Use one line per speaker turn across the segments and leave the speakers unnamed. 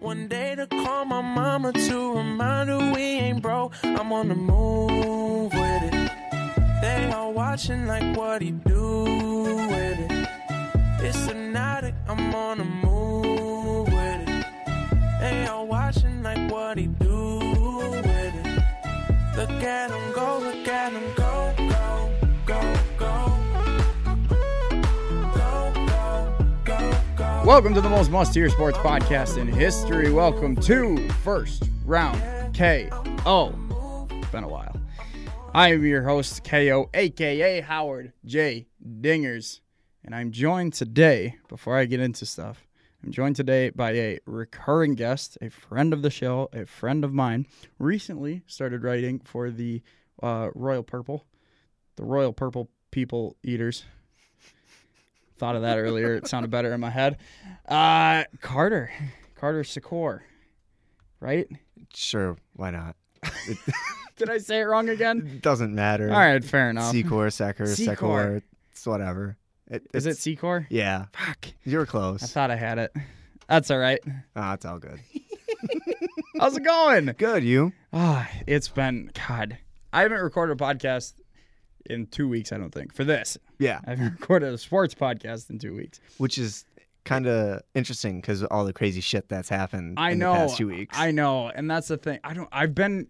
One day to call my mama to remind her we ain't broke. I'm on the move with it. They all watching like what he do with it. It's hypnotic. I'm on the move with it. They all watching like what he do with it. Look at him go, look at him go, go, go, go. Go, go, go, go.
Welcome to the most must hear sports podcast in history. Welcome to first round KO. It's been a while. I am your host, KO, aka Howard J. Dingers, and I'm joined today, before I get into stuff, I'm joined today by a recurring guest, a friend of the show, a friend of mine, recently started writing for the uh, Royal Purple, the Royal Purple People Eaters. Thought of that earlier. It sounded better in my head. Uh, Carter, Carter Secor, right?
Sure, why not?
Did I say it wrong again?
It doesn't matter.
All right, fair enough.
Secor, Secor,
Secor.
Secor. It's whatever. It,
Is it
it's-
Secor?
Yeah,
Fuck.
you were
I
close.
thought I had it. That's all right.
Ah, it's all good.
How's it going?
Good, you.
Ah, it's been God. I haven't recorded a podcast in two weeks. I don't think for this.
Yeah,
I haven't recorded a sports podcast in two weeks.
which is kind of interesting because all the crazy shit that's happened
I
in
know.
the past few weeks.
I know, and that's the thing. I don't. I've been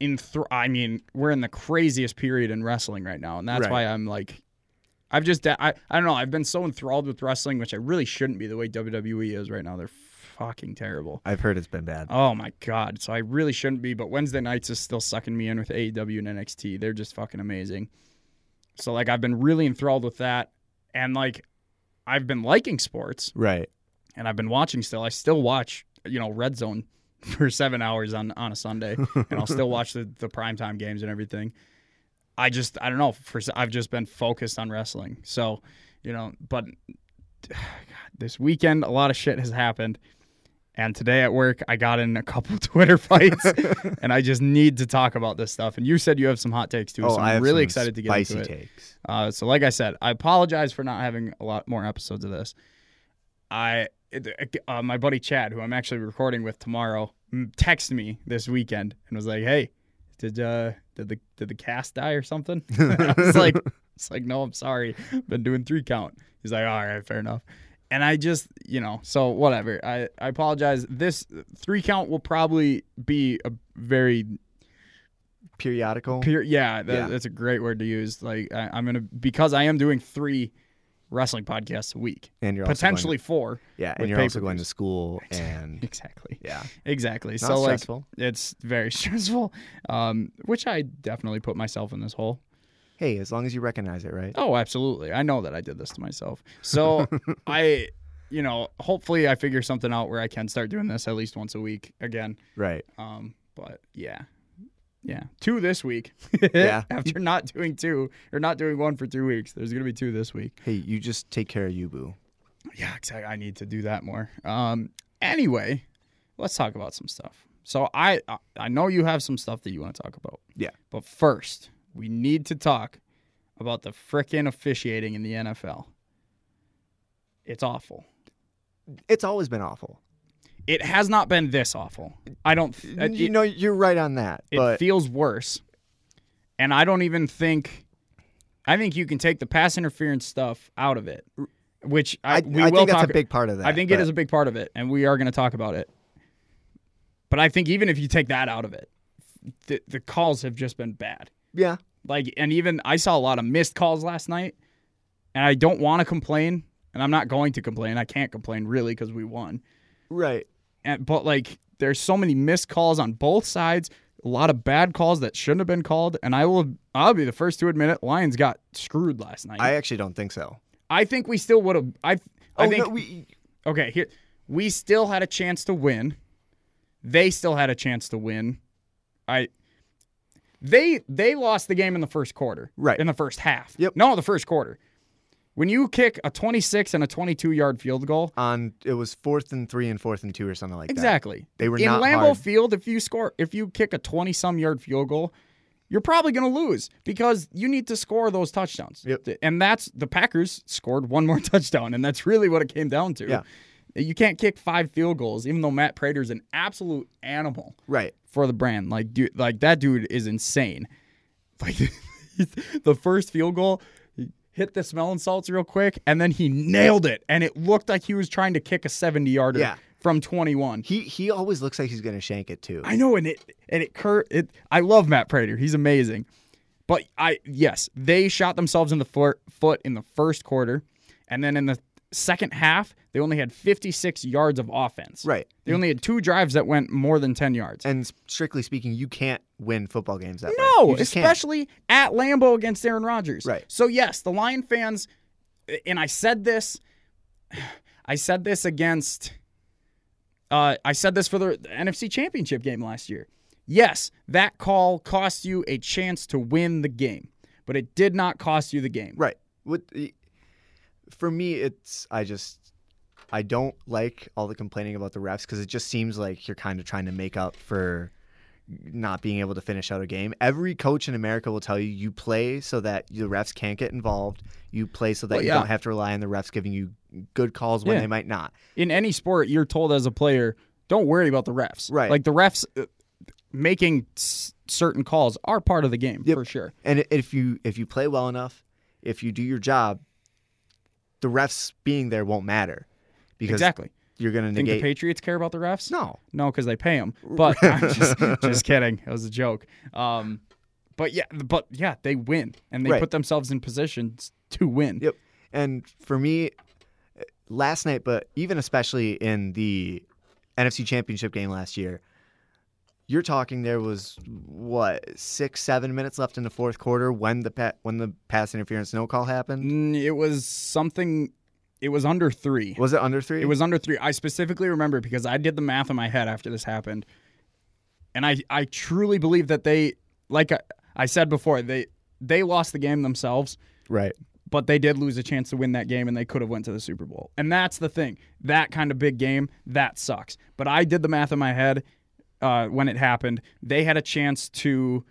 in. Thr- I mean, we're in the craziest period in wrestling right now, and that's
Right.
why I'm like. I've just I, I don't know I've been so enthralled with wrestling which I really shouldn't be the way WWE is right now they're fucking terrible.
I've heard it's been bad.
Oh my god! So I really shouldn't be, but Wednesday nights is still sucking me in with AEW and NXT. They're just fucking amazing. So like I've been really enthralled with that, and like I've been liking sports,
Right.
and I've been watching still. I still watch you know Red Zone for seven hours on on a Sunday, and I'll still watch the the primetime games and everything. I just I don't know. For s- I've just been focused on wrestling, so you know. But God, this weekend, a lot of shit has happened. And today at work, I got in a couple Twitter fights, and I just need to talk about this stuff. And you said you have some hot takes too,
Oh,
so
I
I'm
have
really
some
excited to get
spicy
into it.
takes.
Uh, so, like I said, I apologize for not having a lot more episodes of this. I, it- uh, my buddy Chad, who I'm actually recording with tomorrow, m- texted me this weekend and was like, "Hey, did uh, did the did the cast die or something?" I was like, "It's like no, I'm sorry, I've been doing three count." He's like, "All right, fair enough." And I just, you know, so whatever. I, I apologize. This three count will probably be a very
Periodical.
Pure, yeah, that,
Yeah.
that's a great word to use. Like I, I'm gonna because I am doing three wrestling podcasts a week,
and you're also
potentially four.
going, yeah, and
with
you're also going
pay-per-views.
to school and
Exactly,
yeah,
exactly.
not
so
stressful.
like it's very stressful, um, which I definitely put myself in this hole.
hey, as long as you recognize it, right?
Oh, absolutely. I know that I did this to myself. So I, you know, hopefully I figure something out where I can start doing this at least once a week again.
Right.
Um, but yeah. Yeah. Two this week.
Yeah.
After not doing two or not doing one for two weeks. There's gonna be two this week.
Hey, you just take care of you, boo.
Yeah, exactly. I need to do that more. Um anyway, let's talk about some stuff. So I I- I know you have some stuff that you want to talk about.
Yeah.
But first, we need to talk about the frickin' officiating in the NFL. It's awful.
It's always been awful.
It has not been this awful. I don't th- it-
you know, you're right on that.
It
but
feels worse. And I don't even think I think you can take the pass interference stuff out of it, which I,
I,
we
I
will
think that's
talk.
a big part of that.
I think it is a big part of it, and we are going to talk about it. But I think even if you take that out of it, the, the calls have just been bad.
yeah,
Like, and even I saw a lot of missed calls last night, and I don't want to complain, and I'm not going to complain. I can't complain really because we won
right.
and, but like there's so many missed calls on both sides a lot of bad calls that shouldn't have been called and i will i'll be the first to admit it lions got screwed last night
I
i,
actually don't think so.
think we still would have i i
oh
think
no, we,
okay here we still had a chance to win they still had a chance to win i they they lost the game in the first quarter
Right.
in the first half
Yep.
no the first quarter when you kick a 26 and a 22 yard field goal
on it was fourth and three and fourth and two or something like that.
Exactly.
They were
in
not
Lambeau
hard.
Field. If you score, if you kick a twenty-some yard field goal, you're probably going to lose because you need to score those touchdowns.
Yep.
And that's the Packers scored one more touchdown, and that's really what it came down to.
Yeah.
You can't kick five field goals, even though Matt Prater's an absolute animal
Right.
for the brand. Like, dude, like that dude is insane. Like, the first field goal, he hit the smelling salts real quick, and then he nailed it, and it looked like he was trying to kick a seventy-yarder
Yeah.
from twenty-one.
He he always looks like he's gonna shank it too.
I know, and it and it cur it. I love Matt Prater; he's amazing. But I yes, they shot themselves in the foot foot in the first quarter, and then in the second half, they only had 56 yards of offense.
right.
They only had two drives that went more than 10 yards.
And s- strictly speaking, you can't win football games that way.
No,
You just can't.
especially at Lambeau against Aaron Rodgers.
Right.
So yes, the Lion fans, and I said this, I said this against, uh, I said this for the NFC Championship game last year. Yes, that call cost you a chance to win the game, but it did not cost you the game.
Right. What for me it's I just I don't like all the complaining about the refs because it just seems like you're kind of trying to make up for not being able to finish out a game. Every coach in America will tell you you play so that the refs can't get involved. You play so that
Well,
you
yeah.
don't have to rely on the refs giving you good calls when
Yeah.
they might not.
in any sport, you're told as a player, don't worry about the refs.
Right.
Like the refs uh, making s- certain calls are part of the game
Yep.
for sure.
And i- if you if you play well enough, if you do your job, the refs being there won't matter because
exactly.
you're going to
Think the
negate.
Patriots care about the refs?
no,
No, because they pay them. But I'm just, just kidding. It was a joke. Um, but yeah, but yeah, they win and they
Right.
put themselves in positions to win.
Yep. And for me, last night, but even especially in the NFC Championship game last year, you're talking there was what six, seven minutes left in the fourth quarter when the pa- when the pass interference no call happened.
Mm, It was something. It was under three.
Was it under three?
Mm. It was under three. I specifically remember because I did the math in my head after this happened, and I I truly believe that they like I, I said before they they lost the game themselves,
right.
but they did lose a chance to win that game and they could have went to the Super Bowl. And that's the thing. That kind of big game, that sucks. But I did the math in my head uh, when it happened. They had a chance to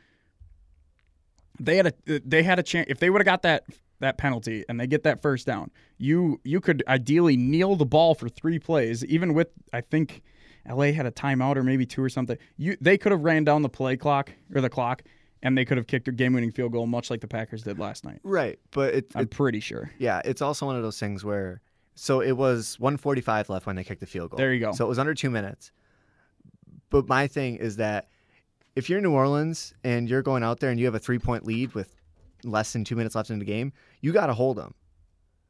they had a uh, they had a chance if they would have got that that penalty and they get that first down. You you could ideally kneel the ball for 3 plays even with I think LA had a timeout or maybe two or something. You they could have ran down the play clock or the clock and they could have kicked a game-winning field goal much like the Packers did last night.
Right. But it,
I'm
it
pretty sure.
yeah, it's also one of those things where so it was 145 left when they kicked the field goal.
There you go.
So it was under two minutes. But my thing is that if you're New Orleans and you're going out there and you have a three point lead with less than two minutes left in the game, you got to hold them.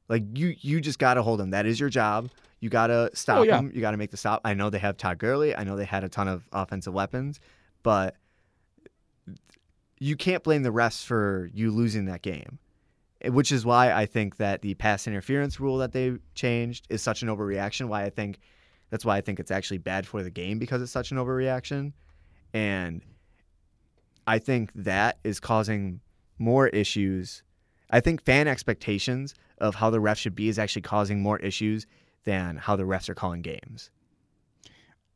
Like you, you just got to hold them. That is your job. You got to stop
yeah.
them. You got to make the stop. I know they have Todd Gurley. I know they had a ton of offensive weapons, but you can't blame the refs for you losing that game. eh, Which is why I think that the pass interference rule that they changed is such an overreaction. Why I think that's why I think it's actually bad for the game because it's such an overreaction. And I think that is causing more issues. I think fan expectations of how the refs should be is actually causing more issues than how the refs are calling games.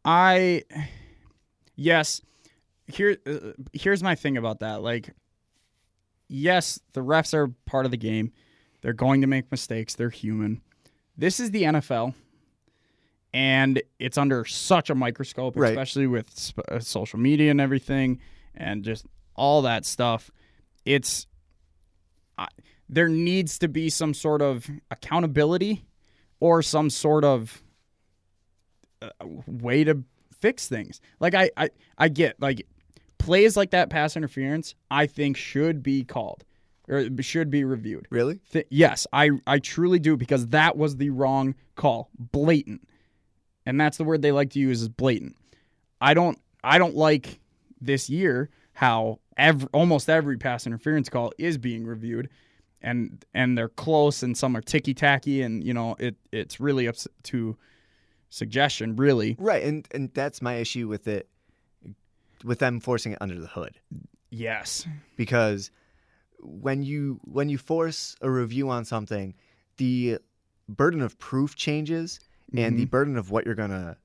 I yes, here uh, here's my thing about that. Like yes, the refs are part of the game. They're going to make mistakes. They're human. This is the NFL and it's under such a microscope,
Right.
especially with sp- uh, social media and everything and just all that stuff. It's I, there needs to be some sort of accountability or some sort of way to fix things. Like I, I, I get like plays like that pass interference. I think should be called or should be reviewed.
Really?
Th- yes, I, I truly do because that was the wrong call, blatant, and that's the word they like to use is blatant. I don't I don't like this year how ev- almost every pass interference call is being reviewed, and and they're close and some are ticky tacky and you know it it's really up s- to suggestion really.
Right. And and that's my issue with it with them forcing it under the hood.
Yes.
because when you when you force a review on something, the burden of proof changes and the burden of what you're gonna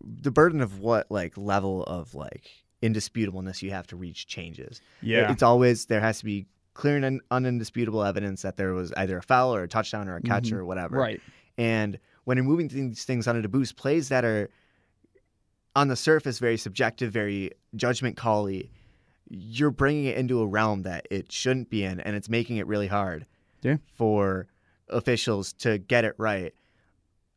the burden of what like level of like indisputableness you have to reach changes.
Yeah.
It's always there has to be clear and un- undisputable evidence that there was either a foul or a touchdown or a catch
Mhm.
or whatever.
Right.
And when you're moving these things under the boost, plays that are on the surface very subjective, very judgment cally, you're bringing it into a realm that it shouldn't be in, and it's making it really hard
Yeah.
for officials to get it right.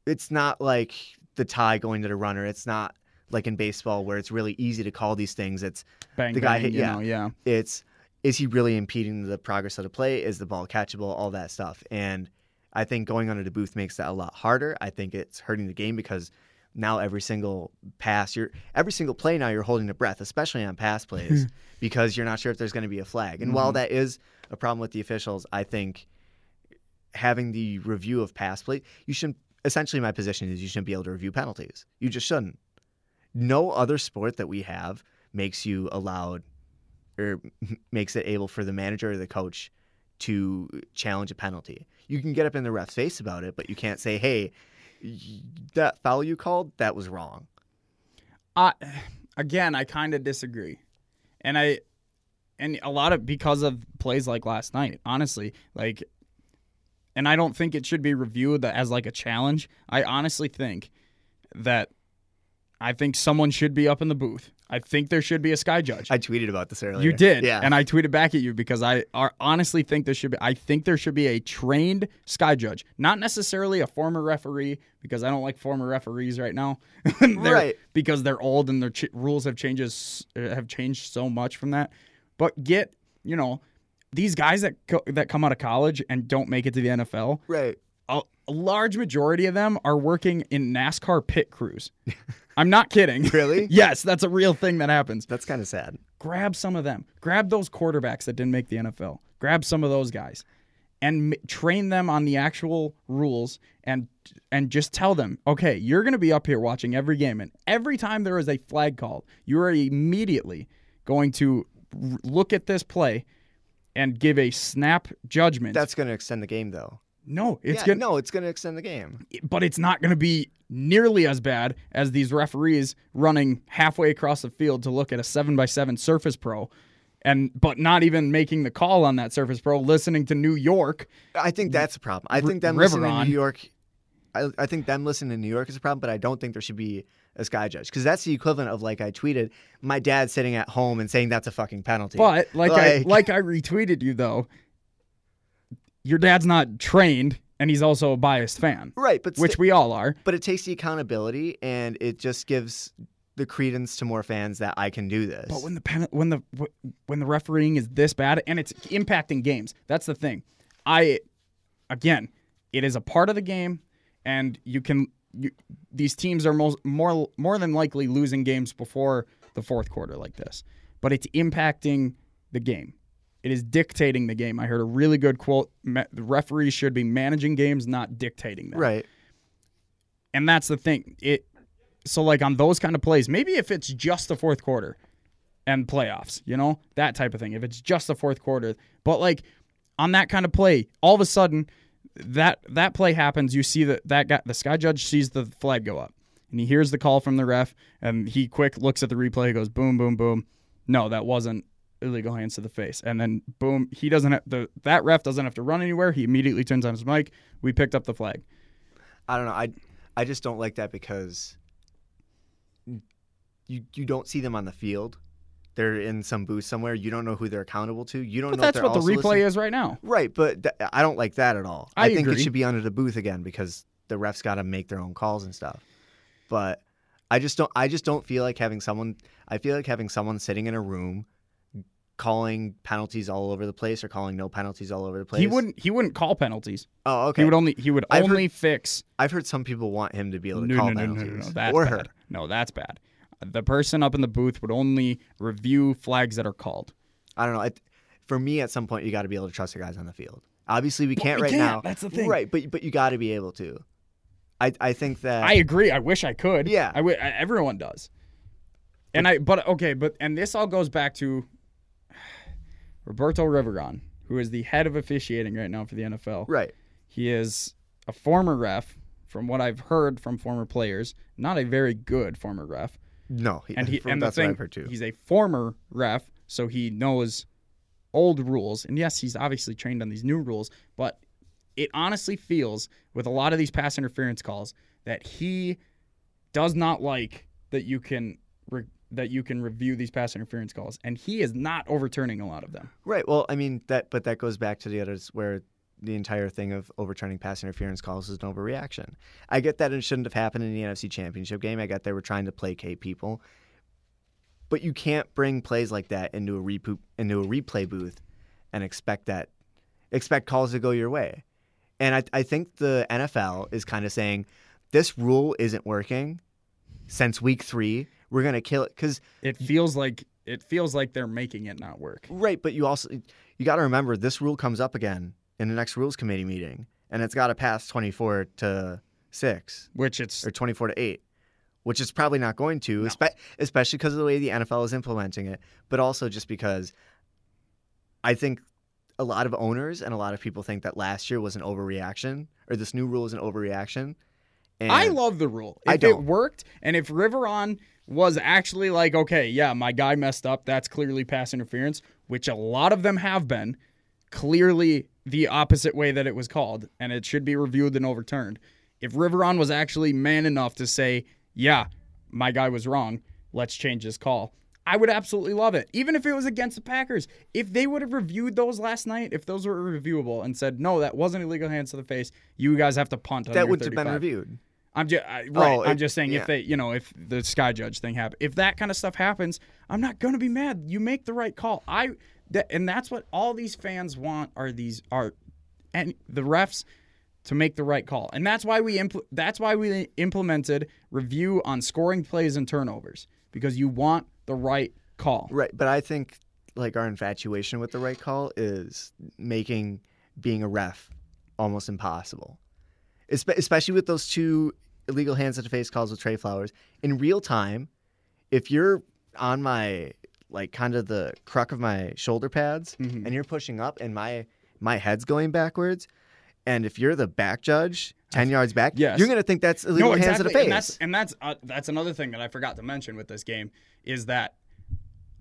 It's not like the tie going to the runner. It's not like in baseball where it's really easy to call these things. It's
Bang,
The guy
bang,
hit-
you
yeah.
know, yeah.
it's is he really impeding the progress of the play? Is the ball catchable? All that stuff. And I think going under the booth makes that a lot harder. I think it's hurting the game because now every single pass, you're every single play now you're holding the breath, especially on pass plays, because you're not sure if there's going to be a flag. And while
Mhm.
that is a problem with the officials, I think having the review of pass play, you shouldn't. Essentially, my position is you shouldn't be able to review penalties. You just shouldn't. No other sport that we have makes you allowed or makes it able for the manager or the coach to challenge a penalty. You can get up in the ref's face about it, but you can't say, "Hey, y- that foul you called, that was wrong."
I again, I kind of disagree, and I and a lot of because of plays like last night, honestly, like, and I don't think it should be reviewed as like a challenge. I honestly think that I think someone should be up in the booth. I think there should be a sky judge.
I tweeted about this earlier.
You did,
yeah.
And I tweeted back at you because I are, honestly think there should be. I think there should be a trained sky judge, not necessarily a former referee, because I don't like former referees right now. They're-
Right.
Because they're old and their ch- rules have changes uh, have changed so much from that. But get you know these guys that co- that come out of college and don't make it to the NFL
right.
a, a large majority of them are working in NASCAR pit crews. I'm not kidding.
Really?
yes, that's a real thing that happens.
That's kind of sad.
Grab some of them. Grab those quarterbacks that didn't make the NFL. Grab some of those guys and m- train them on the actual rules and and just tell them, "Okay, you're going to be up here watching every game and every time there is a flag called, you are immediately going to r- look at this play and give a snap judgment."
That's going to extend the game, though.
no, it's
yeah,
going
No, it's going to extend the game.
but it's not going to be nearly as bad as these referees running halfway across the field to look at a 7 by 7 surface pro and but not even making the call on that surface pro listening to New York
I think that's a problem. I
R-
think them
River
listening to
on.
New York. I, I think them listening to New York is a problem, but I don't think there should be a sky judge because that's the equivalent of like I tweeted my dad sitting at home and saying that's a fucking penalty.
but like, I
Like-
like I retweeted you though your dad's not trained and he's also a biased fan
right, but
which we all are
but it takes the accountability and it just gives the credence to more fans that I can do this.
But when the pen, when the when the refereeing is this bad and it's impacting games, that's the thing. I again, it is a part of the game, and you can you, these teams are most, more more than likely losing games before the fourth quarter like this. But it's impacting the game. It is dictating the game. I heard a really good quote: "Ma- "The referees should be managing games, not dictating them."
right,
and that's the thing. It so like on those kind of plays, maybe if it's just the fourth quarter and playoffs, you know, that type of thing. If it's just the fourth quarter, but like on that kind of play, all of a sudden that that play happens. You see that that guy, the sky judge, sees the flag go up, and he hears the call from the ref, and he quick looks at the replay, goes boom, boom, boom. No, that wasn't illegal hands to the face, and then boom, he doesn't have the that ref doesn't have to run anywhere. He immediately turns on his mic. We picked up the flag.
I don't know. I I just don't like that because you you don't see them on the field. They're in some booth somewhere. You don't know who they're accountable to. You don't
But
know if
that's
they're
what the
also
replay
listening-
is right now.
Right, but th- I don't like that at all.
I
think
agree.
it should be under the booth again because the refs got to make their own calls and stuff. But I just don't. I just don't feel like having someone. I feel like having someone sitting in a room, calling penalties all over the place or calling no penalties all over the place.
He wouldn't. He wouldn't call penalties.
Oh, okay.
He would only. He would
I've
only fix.
I've heard some people want him to be able
No,
to
no,
call
no, no, no,
penalties
no. That's
or
bad.
her.
No, that's bad. The person up in the booth would only review flags that are called.
I don't know. I, for me, at some point, you got to be able to trust the guys on the field. Obviously, we
But
can't
we
right
can't.
now.
That's the thing.
Right, but but you got to be able to. I I think that
I agree. I wish I could.
Yeah.
I w- everyone does. And I. But okay. But and this all goes back to Roberto Riveron, who is the head of officiating right now for the NFL.
right.
He is a former ref, from what I've heard from former players. Not a very good former ref.
No,
and he
from-
and
that's
the thing,
what I've heard too.
he's a former ref, so he knows old rules. And yes, he's obviously trained on these new rules, but it honestly feels with a lot of these pass interference calls that he does not like that you can re- that you can review these pass interference calls, and he is not overturning a lot of them.
Right. Well, I mean that, but that goes back to the others where the entire thing of overturning pass interference calls is an overreaction. I get that it shouldn't have happened in the NFC Championship game. I get they were trying to placate people, but you can't bring plays like that into a repo- into a replay booth and expect that expect calls to go your way. And I, I think the NFL is kind of saying this rule isn't working since week three. We're gonna kill it because
It feels like it feels like they're making it not work.
Right, but you also you got to remember this rule comes up again in the next rules committee meeting, and it's got to pass twenty four to six
Which it's
or twenty four to eight, which it's probably not going to,
No.
espe- especially because of the way the NFL is implementing it, but also just because I think a lot of owners and a lot of people think that last year was an overreaction or this new rule is an overreaction. And
I love the rule. If
I
it
don't.
worked, and if Riveron was actually like, okay, yeah, my guy messed up. That's clearly pass interference, which a lot of them have been. Clearly, the opposite way that it was called, and it should be reviewed and overturned. If Riveron was actually man enough to say, yeah, my guy was wrong. Let's change this call. I would absolutely love it, even if it was against the Packers. If they would have reviewed those last night, if those were reviewable and said, no, that wasn't illegal hands to the face, you guys have to punt. on
that
your
would have been
35."
reviewed.
I'm just I, right.
Oh,
I'm
it-
just saying
yeah.
if they, you know, if the sky judge thing happens, if that kind of stuff happens, I'm not gonna be mad. You make the right call. I that, and that's what all these fans want are these are, and the refs to make the right call. And that's why we impl- that's why we implemented review on scoring plays and turnovers because you want the right call.
Right, but I think like our infatuation with the right call is making being a ref almost impossible, Espe- especially with those two illegal hands at the face calls with Trey Flowers in real time. If you're on my like kind of the cruck of my shoulder pads
Mhm.
and you're pushing up and my my head's going backwards, and if you're the back judge ten yards back,
Yes.
you're gonna think that's illegal hands at the face.
And that's and that's uh, that's another thing that I forgot to mention with this game is that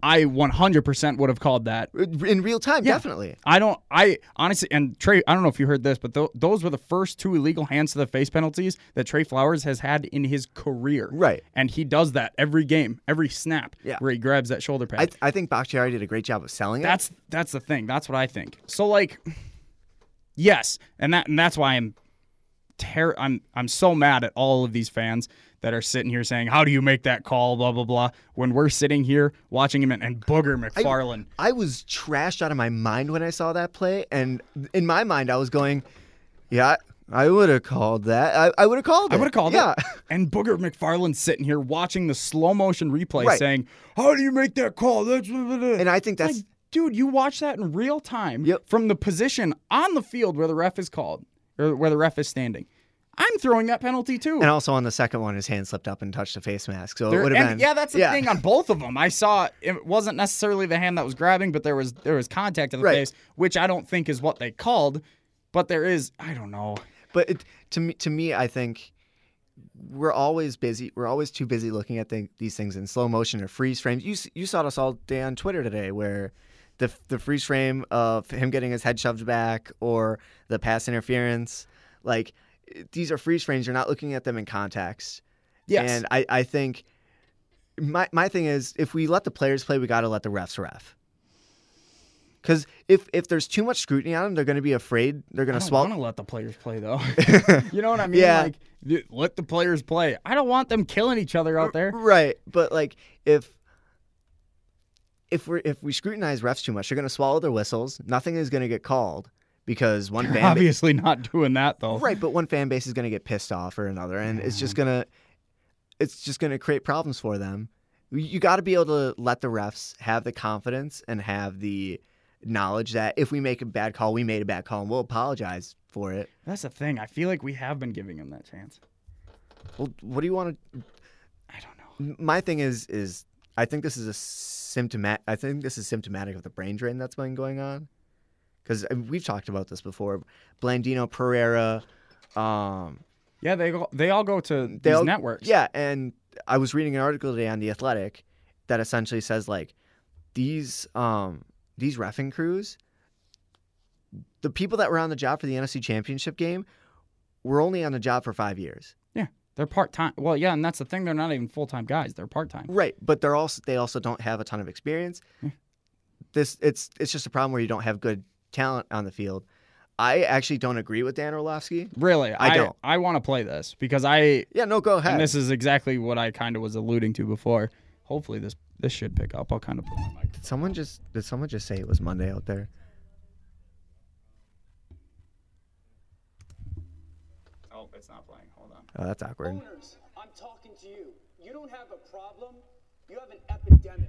I 100% would have called that
in real time,
Yeah.
definitely.
I don't. I honestly and Trey. I don't know if you heard this, but tho- those were the first two illegal hands to the face penalties that Trey Flowers has had in his career.
Right.
And he does that every game, every snap.
Yeah.
Where he grabs that shoulder pad.
I, I think Bakhtiari did a great job of selling it.
that's that's the thing. That's what I think. So like, yes, and that and that's why I'm. Ter- I'm I'm so mad at all of these fans that are sitting here saying, "How do you make that call?" Blah blah blah. When we're sitting here watching him and, and Booger McFarland,
I was trashed out of my mind when I saw that play, and in my mind, I was going, "Yeah, I would have called that. I, I would have called.
I would have called
yeah.
it. And Booger McFarland sitting here watching the slow motion replay
Right.
saying, How do you make that call? That's
And I think that's
like, dude, you watch that in real time
Yep.
from the position on the field where the ref is called or where the ref is standing. I'm throwing that penalty too.
and also on the second one, his hand slipped up and touched the face mask, so
There-
it would have
and
been.
yeah, that's the thing on both of them. I saw it wasn't necessarily the hand that was grabbing, but there was there was contact to the
Right.
face, which I don't think is what they called. But there is, I don't know.
But it, to me, to me, I think we're always busy. We're always too busy looking at thi- these things in slow motion or freeze frames. You s- you saw us all day on Twitter today, where the f- the freeze frame of him getting his head shoved back or the pass interference, like these are freeze frames. You're not looking at them in context.
Yes.
And I, I think my my thing is if we let the players play, we got to let the refs ref. Because if if there's too much scrutiny on them, they're going to be afraid. They're going
I
to
don't
swallow.
want to let the players play though. you know what I mean?
Yeah.
Like, th- let the players play. I don't want them killing each other out there.
Right, but like if if we are if we scrutinize refs too much, they're going to swallow their whistles. Nothing is going to get called because one
They're
fan base,
obviously not doing that though.
right, but one fan base is going to get pissed off or another, and it's just gonna it's just going to create problems for them. You- You got to be able to let the refs have the confidence and have the knowledge that if we make a bad call, we made a bad call, and we'll apologize for it.
That's the thing. I feel like we have been giving them that chance.
Well, what do you want to
I don't know.
my thing is is I think this is a symptomatic. I think this is symptomatic of the brain drain that's been going on. Because we've talked about this before. Blandino Pereira, um,
Yeah, they go, they all go to these
they all-
networks.
Yeah, and I was reading an article today on the Athletic that essentially says like these um these refing crews the people that were on the job for the NFC Championship game were only on the job for five years.
They're part time. Well, yeah, and that's the thing. They're not even full time guys. They're part time.
Right, but they're also they also don't have a ton of experience.
Yeah.
This it's it's just a problem where you don't have good talent on the field. I actually don't agree with Dan Orlovsky.
Really,
I don't.
I want to play this because I
Yeah, no, go ahead.
and this is exactly what I kind of was alluding to before. Hopefully, this this should pick up. I'll kind of put my mic.
did someone just did someone just say it was Monday out there?
Oh, it's not playing. Hold on.
Oh, that's awkward.
Owners, I'm talking to you. You don't have a problem, you have an epidemic.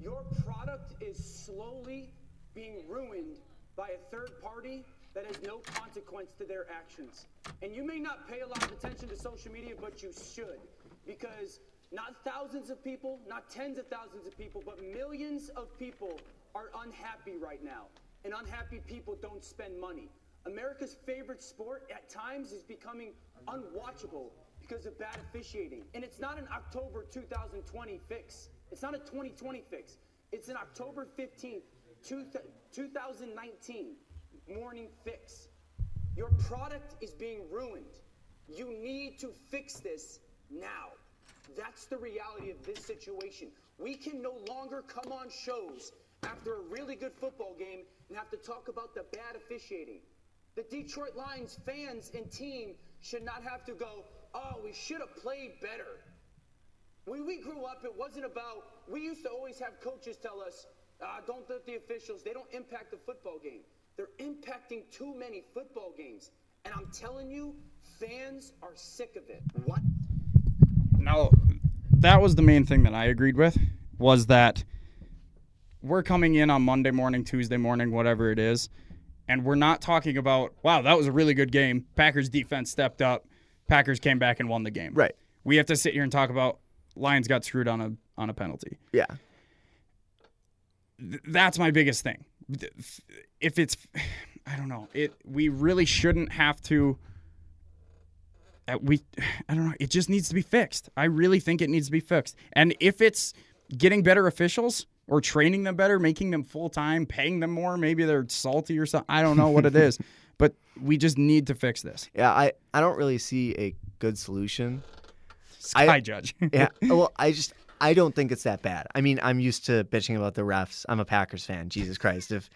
Your product is slowly being ruined by a third party that has no consequence to their actions. And you may not pay a lot of attention to social media, but you should. Because not thousands of people, not tens of thousands of people, but millions of people are unhappy right now. And unhappy people don't spend money. America's favorite sport at times is becoming unwatchable because of bad officiating. And it's not an October 2020 fix. It's not a 2020 fix. It's an October 15th, two th- 2019 morning fix. Your product is being ruined. You need to fix this now. That's the reality of this situation. We can no longer come on shows after a really good football game and have to talk about the bad officiating. The Detroit Lions fans and team should not have to go, oh, we should have played better. When we grew up, it wasn't about. We used to always have coaches tell us, ah, "Don't let the officials. They don't impact the football game. They're impacting too many football games." And I'm telling you, fans are sick of it. What?
No, that was the main thing that I agreed with was that we're coming in on Monday morning, Tuesday morning, whatever it is, and we're not talking about, wow, that was a really good game. Packers defense stepped up. Packers came back and won the game.
Right.
We have to sit here and talk about Lions got screwed on a on a penalty.
Yeah.
Th- That's my biggest thing. Th- If it's I don't know. It we really shouldn't have to uh, we I don't know. It just needs to be fixed. I really think it needs to be fixed. And if it's getting better officials or training them better, making them full time, paying them more, maybe they're salty or something. I don't know what it is, but we just need to fix this.
Yeah, I, I don't really see a good solution.
Sky
I-
judge.
Yeah. well, I just I don't think it's that bad. I mean, I'm used to bitching about the refs. I'm a Packers fan. Jesus Christ. If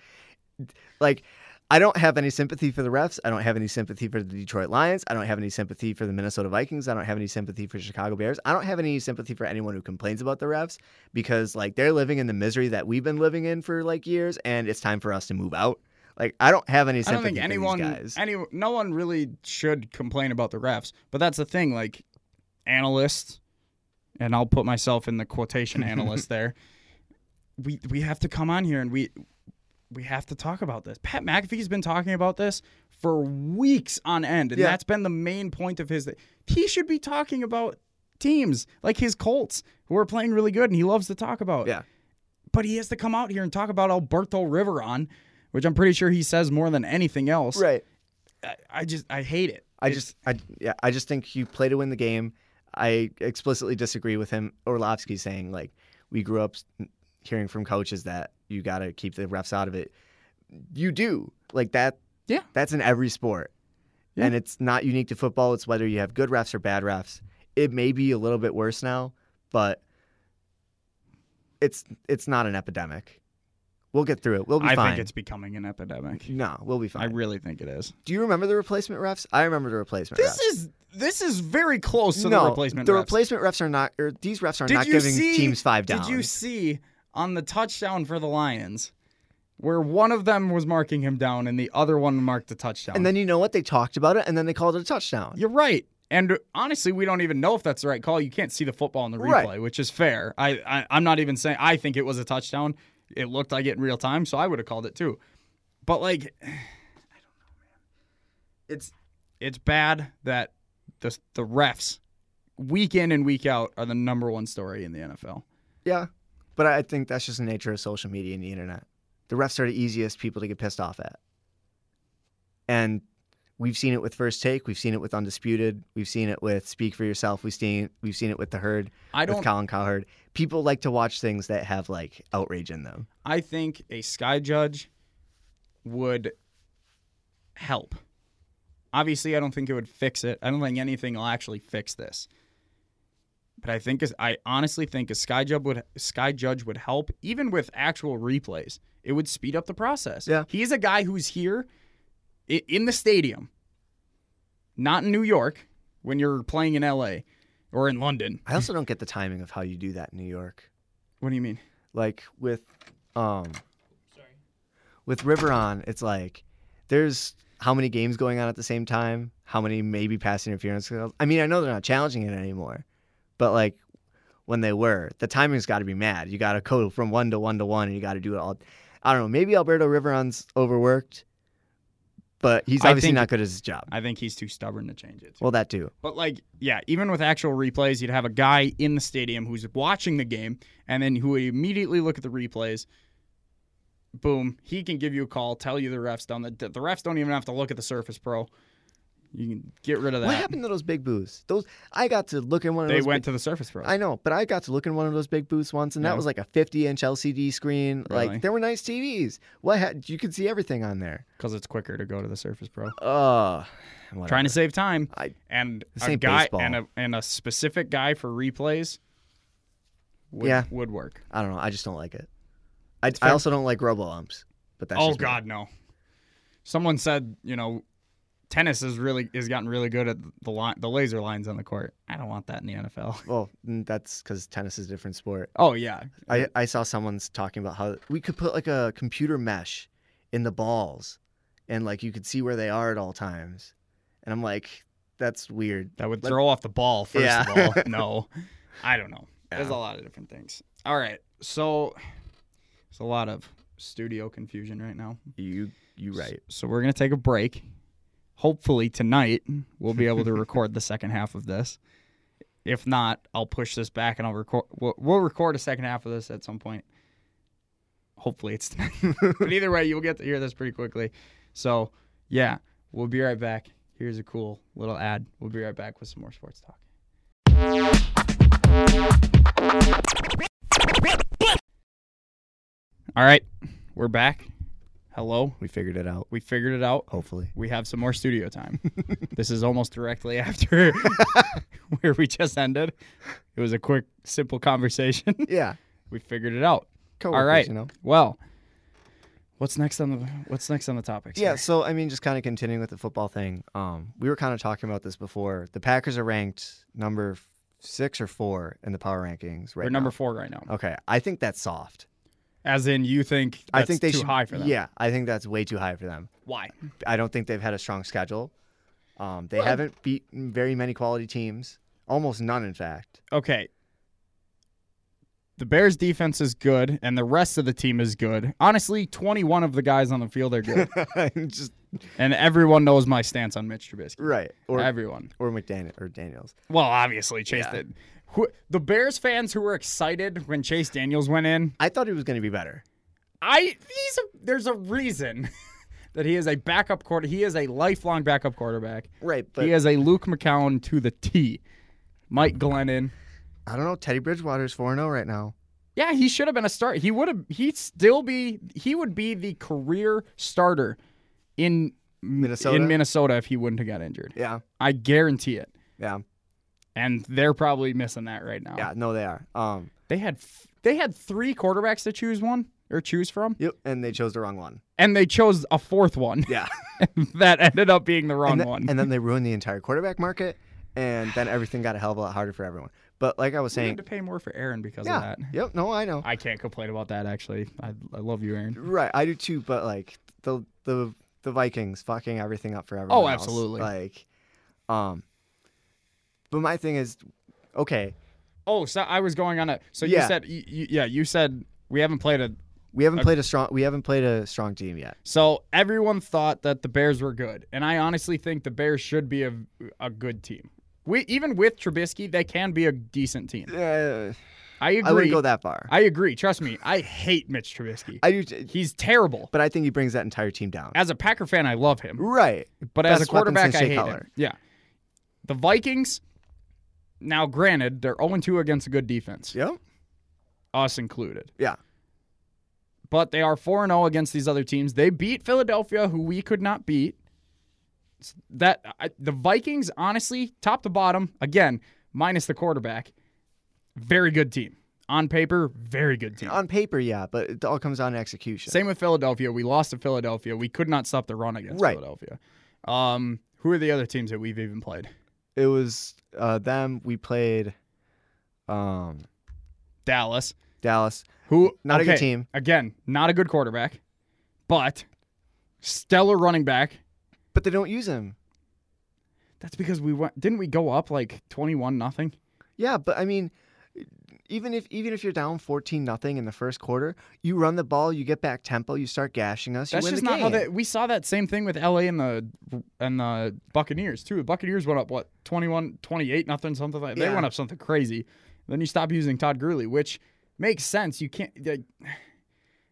like I don't have any sympathy for the refs. I don't have any sympathy for the Detroit Lions. I don't have any sympathy for the Minnesota Vikings. I don't have any sympathy for Chicago Bears. I don't have any sympathy for anyone who complains about the refs because like they're living in the misery that we've been living in for like years and it's time for us to move out. Like I don't have any
I don't
sympathy
think anyone,
for these guys.
any, no one really should complain about the refs. But that's the thing, like analysts, and I'll put myself in the quotation analyst there. We we have to come on here and we we have to talk about this. Pat McAfee's been talking about this for weeks on end, and
Yeah.
that's been the main point of his. He should be talking about teams like his Colts, who are playing really good, and he loves to talk about
yeah.
but he has to come out here and talk about Alberto Riveron, which I'm pretty sure he says more than anything else.
Right.
I, I just I hate it.
I
It's-
just, I yeah, I just think you play to win the game. I explicitly disagree with him. Orlovsky saying like we grew up s- hearing from coaches that you got to keep the refs out of it. You do like that.
Yeah.
that's in every sport, and it's not unique to football. It's whether you have good refs or bad refs. It may be a little bit worse now, but it's it's not an epidemic. We'll get through it. We'll be
I
fine.
think it's becoming an epidemic.
no, we'll be
I
fine.
really think it is.
do you remember the replacement refs? I remember the replacement refs.
This is this is very close to the replacement.
The
refs.
replacement refs are not, or these refs are
Did
not
you
giving
see-
teams five down.
Did you see on the touchdown for the Lions, where one of them was marking him down and the other one marked the touchdown?
and then you know what? They talked about it, and then they called it a touchdown.
You're right. And honestly, we don't even know if that's the right call. You can't see the football in the replay,
Right.
which is fair. I, I I'm not even saying I think it was a touchdown. It looked like it in real time, so I would have called it too. But like, I don't know, man. It's it's bad that the the refs week in and week out are the number one story in the NFL.
Yeah, but I think that's just the nature of social media and the internet. The refs are the easiest people to get pissed off at, and we've seen it with First Take, we've seen it with Undisputed, we've seen it with Speak for Yourself, we've seen we've seen it with The Herd,
I
with
don't.
Colin Cowherd. People like to watch things that have like outrage in them.
I think a sky judge would help. Obviously, I don't think it would fix it. I don't think anything will actually fix this. But I think I honestly think a sky judge would sky judge would help even with actual replays. It would speed up the process.
Yeah.
He's a guy who's here i- in the stadium. Not in New York when you're playing in LA or in London.
I also don't get the timing of how you do that in New York.
What do you mean?
Like with um sorry. With River on, it's like there's how many games going on at the same time? How many maybe pass interference calls? I mean, I know they're not challenging it anymore, but like when they were, the timing's got to be mad. You got to go from one to one to one, and you got to do it all. I don't know. Maybe Alberto Riveron's overworked, but he's
I
obviously
think-
not good at his job.
I think he's too stubborn to change it.
Well, that too.
But like, yeah, even with actual replays, you'd have a guy in the stadium who's watching the game, and then who would immediately look at the replays. Boom, he can give you a call, tell you the refs done. The, the refs don't even have to look at the Surface Pro. You can get rid of that.
What happened to those big booths? Those I got to look in one of
They
those.
went
big-
to the Surface Pro.
I know, but I got to look in one of those big booths once, and
Yeah.
that was like a 50-inch LCD screen.
Really?
Like there were nice TVs. What had, you could see everything on there.
because it's quicker to go to the Surface Pro.
Uh
Trying to save time,
I-
and
This
a
ain't
guy
baseball.
and a and a specific guy for replays. Would,
Yeah.
would work.
I don't know. I just don't like it. I, I
fair.
also don't like robo umps. But that's
oh
just me.
God, no. Someone said, you know, tennis is really has gotten really good at the line, the laser lines on the court. I don't want that in the NFL.
Well, mm, that's because tennis is a different sport.
Oh yeah,
I, I saw someone's talking about how we could put like a computer mesh in the balls, and like you could see where they are at all times. And I'm like, that's weird.
that would
Let-
throw off the ball first
Yeah.
of all. No, I don't know. There's a
Yeah.
lot of different things. All right, so there's a lot of studio confusion right now.
You you right.
So we're gonna take a break. Hopefully tonight we'll be able to record the second half of this. If not, I'll push this back and I'll record. We'll, we'll record a second half of this at some point. Hopefully it's tonight. but either way, you'll get to hear this pretty quickly. So yeah, we'll be right back. Here's a cool little ad. We'll be right back with some more sports talk. All right, we're back. Hello.
We figured it out.
We figured it out.
Hopefully.
We have some more studio time. this is almost directly after where we just ended. It was a quick, simple conversation.
Yeah.
we figured it out.
Coworkers,
All right.
You know.
Well, what's next on the what's next on the topics?
Yeah,
here?
so I mean, just kind of continuing with the football thing. Um, we were kind of talking about this before. The Packers are ranked number f- six or four in the power rankings right
We're
now.
number four right now.
Okay, I think that's soft.
As in, you think that's
I think they
too
should,
high for them?
Yeah, I think that's way too high for them.
Why?
I don't think they've had a strong schedule. Um, they haven't beaten very many quality teams. Almost none, in fact.
Okay. The Bears defense is good, and the rest of the team is good. Honestly, 21 of the guys on the field are good,
just
and everyone knows my stance on Mitch Trubisky.
right or
everyone.
or McDaniel or Daniels.
Well, obviously, Chase
Yeah.
did. Who, the Bears fans who were excited when Chase Daniels went in,
I thought he was going to be better.
I he's a, there's a reason that he is a backup quarter. He is a lifelong backup quarterback.
Right, but
he is a Luke McCown to the T. Mike Glennon.
I don't know. Teddy Bridgewater's four zero right now.
Yeah, he should have been a start. He would have. He'd still be. He would be the career starter in
Minnesota?
in Minnesota if he wouldn't have got injured.
Yeah,
I guarantee it.
yeah,
And they're probably missing that right now.
yeah. No, they are. Um,
They had f- they had three quarterbacks to choose one or choose from,
Yep. And they chose the wrong one.
and they chose a fourth one
Yeah.
that ended up being the wrong
and, th-
one.
and then they ruined the entire quarterback market, and then everything got a hell of a lot harder for everyone. But like I was
we had
saying,
to pay more for Aaron because
yeah.
of that.
Yep. No, I know.
I can't complain about that actually. I, I love you, Aaron.
right. I do too. But like the the the Vikings fucking everything up for everyone.
Oh,
else.
absolutely.
Like, um. But my thing is, okay,
Oh, so I was going on a. So you
Yeah.
said, you, you, yeah, you said we haven't played a.
we haven't played a strong we haven't played a strong team yet.
So everyone thought that the Bears were good, and I honestly think the Bears should be a a good team. We even with Trubisky, they can be a decent team.
Uh,
I agree.
I wouldn't go that far.
I agree. Trust me. I hate Mitch Trubisky.
I do, t-
He's terrible.
but I think he brings that entire team down.
As a Packer fan, I love him,
Right.
but as a
Best
quarterback,
weapon since
I
Jay
hate him.
Cutler.
Yeah. The Vikings. Now, granted, they're 0 2 against a good defense,
Yep.
us included.
Yeah.
oh But they are 4 0 against these other teams. They beat Philadelphia, who we could not beat. that I, the Vikings, honestly, top to bottom, again, minus the quarterback, very good team on paper. Very good team.
On paper, yeah, but it all comes down to execution.
Same with Philadelphia. We lost to Philadelphia. We could not stop the run against
Right.
Philadelphia. Um, who are the other teams that we've even played?
It was uh, them. We played um,
Dallas.
Dallas.
Who
Not a good
okay,
team.
Again, not a good quarterback, but stellar running back.
But they don't use him.
That's because we went didn't we go up like twenty one nothing?
Yeah, but I mean, even if even if you're down fourteen nothing in the first quarter, you run the ball, you get back tempo, you start gashing us. you
That's
win
just
the
not
game.
how that we saw that same thing with LA and the and the Buccaneers too. The Buccaneers went up what 21 28 nothing something like they
Yeah.
went up something crazy. Then you stop using Todd Gurley, which makes sense. You can't like,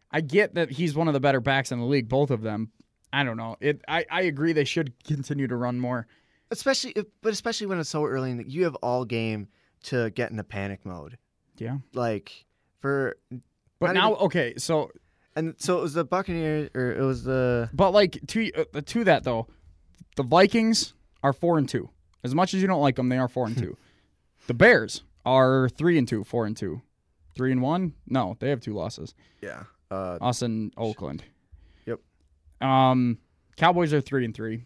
I get that he's one of the better backs in the league, both of them. I don't know. It I, I agree they should continue to run more.
Especially, if, but especially when it's so early, in the, you have all game to get into panic mode.
Yeah.
Like for
But
Not
now okay, so
and so it was the Buccaneers or it was the
But like to uh, to that though, the Vikings are four and two. As much as you don't like them, they are four and two. The Bears are three and two, four and two, three and one. No, they have two losses.
yeah uh,
Us and Oakland.
Yep.
Um, Cowboys are three and three.